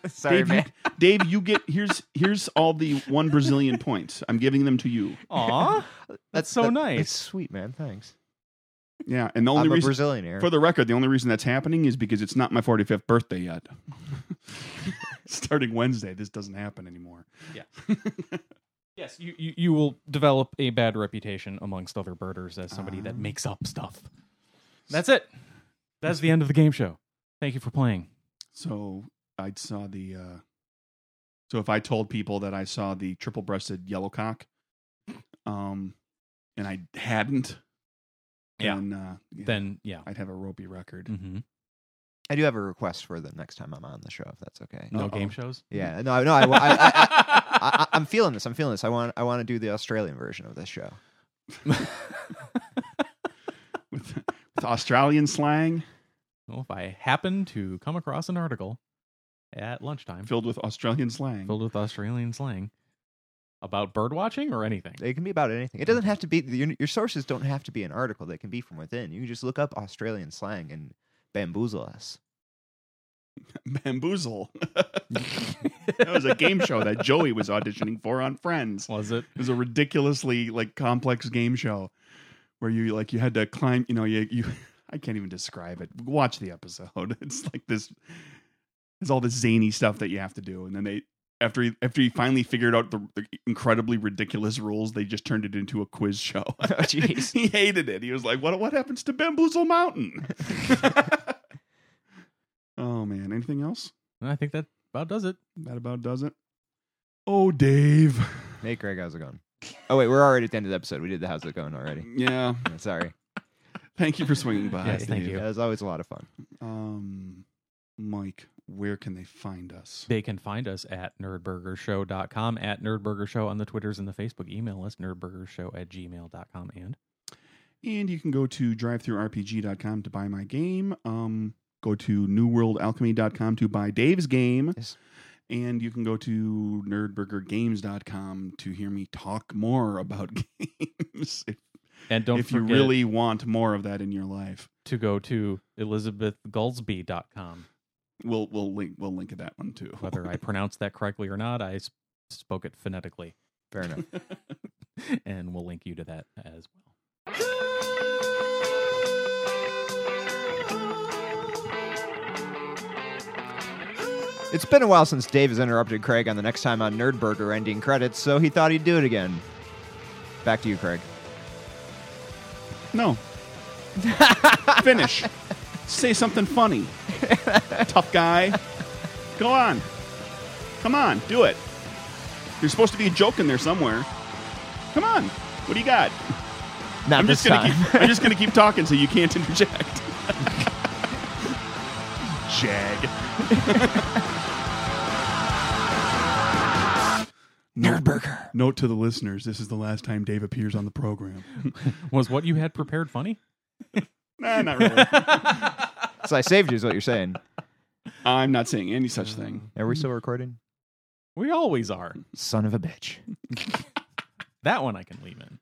D: Sorry,
A: Dave,
D: man.
A: You, [LAUGHS] Dave, you get here's here's all the one Brazilian points. I'm giving them to you.
B: Aw, that's so
D: that-
B: nice.
D: That's sweet, man. Thanks.
A: Yeah, and the only
D: I'm a
A: reason
D: Brazilian here.
A: for the record, the only reason that's happening is because it's not my 45th birthday
D: [LAUGHS]
A: yet. Starting Wednesday, this doesn't happen anymore.
B: [LAUGHS] yes, you, you you will develop a bad reputation amongst other birders as somebody that
A: Ah.
B: makes up stuff. That's it. That's the end of the game show. Thank you for playing.
A: So I saw the. Uh, so if I told people that I saw the triple-breasted yellow cock, um, and I hadn't,
B: Yeah.
A: then, uh, yeah,
B: Then yeah.
A: I'd have a ropey record.
D: Mm.
B: Mm-hmm.
D: I do have a request for the next time I'm on the show, if that's okay.
B: No
A: Uh-oh.
B: game shows.
D: Yeah, no, no, I, I, I, I, I, am feeling this. I'm feeling this. I want, I want to do the Australian version of this show.
A: [LAUGHS] with, with Australian slang
B: [LAUGHS] Well, if I happen to come across an article at lunchtime
A: filled with Australian slang.
B: filled with Australian slang about bird watching or anything.
D: It can be about anything. It doesn't have to be your, your sources don't have to be an article. They can be from within. You can just look up Australian slang and bamboozle us.
A: [LAUGHS] Bamboozle. that was a game show that Joey was auditioning for on Friends.
B: Was it?
A: It was a ridiculously like complex game show where you like you had to climb. You know, you you. [LAUGHS] I can't even describe it. Watch the episode. [LAUGHS] It's like this. There's all this zany stuff that you have to do, and then they after he, after he finally figured out the, the incredibly ridiculous rules, they just turned it into a quiz show. [LAUGHS] Oh,
D: jeez.
A: he hated it. He was like, "What what happens to Bamboozle [LAUGHS] Mountain?" oh man, anything else?
B: And I think that about does it.
A: That about does it. Oh, Dave.
D: Hey, Craig, how's it going? Oh wait, we're already at the end of the episode. We did the how's it going already. [LAUGHS]
A: Yeah.
D: Yeah, Sorry.
A: Thank you for swinging by.
B: Yes, thank
A: Dave.
B: you.
D: That was always a lot of fun.
A: Um, Mike, where can they find us?
B: They can find us at nerdburgershow.com, at nerdburgershow on the Twitters and the Facebook. Email us nerdburgershow at gmail.com. And
A: And you can go to drivethroughrpg.com to buy my game. Um, go to newworldalchemy.com to buy Dave's game.
D: Yes.
A: And you can go to nerdburgergames.com to hear me talk more about [LAUGHS] games if,
B: and don't
A: if you
B: forget
A: really want more of that in your life.
B: to go to elizabethgoldsby.com.
A: We'll we'll link we'll link at that one too.
B: Whether I pronounced that correctly or not, I s- spoke it phonetically.
D: Fair [LAUGHS] enough.
B: And we'll link you to that as well.
D: It's been a while since Dave has interrupted Craig on the next time on Nerdburger ending credits, so he thought he'd do it again. Back to you, Craig. [LAUGHS]
A: No. Finish. Say something funny. Tough guy. Go on. Come on, do it. There's supposed to be a joke in there somewhere. Come on. What do you got?
D: Not
A: I'm
D: this
A: just gonna
D: time.
A: keep [LAUGHS] I'm just gonna keep talking so you can't
D: [LAUGHS]
A: interject. Jag. Nerdburger. Note to the listeners: This is the last time Dave appears on the program.
B: Was what you had prepared funny?
A: nah, not really.
D: So I saved you, is what you're saying.
A: I'm not saying any such thing.
D: Are we still recording?
B: We always are.
D: Son of a bitch.
B: That one I can leave in.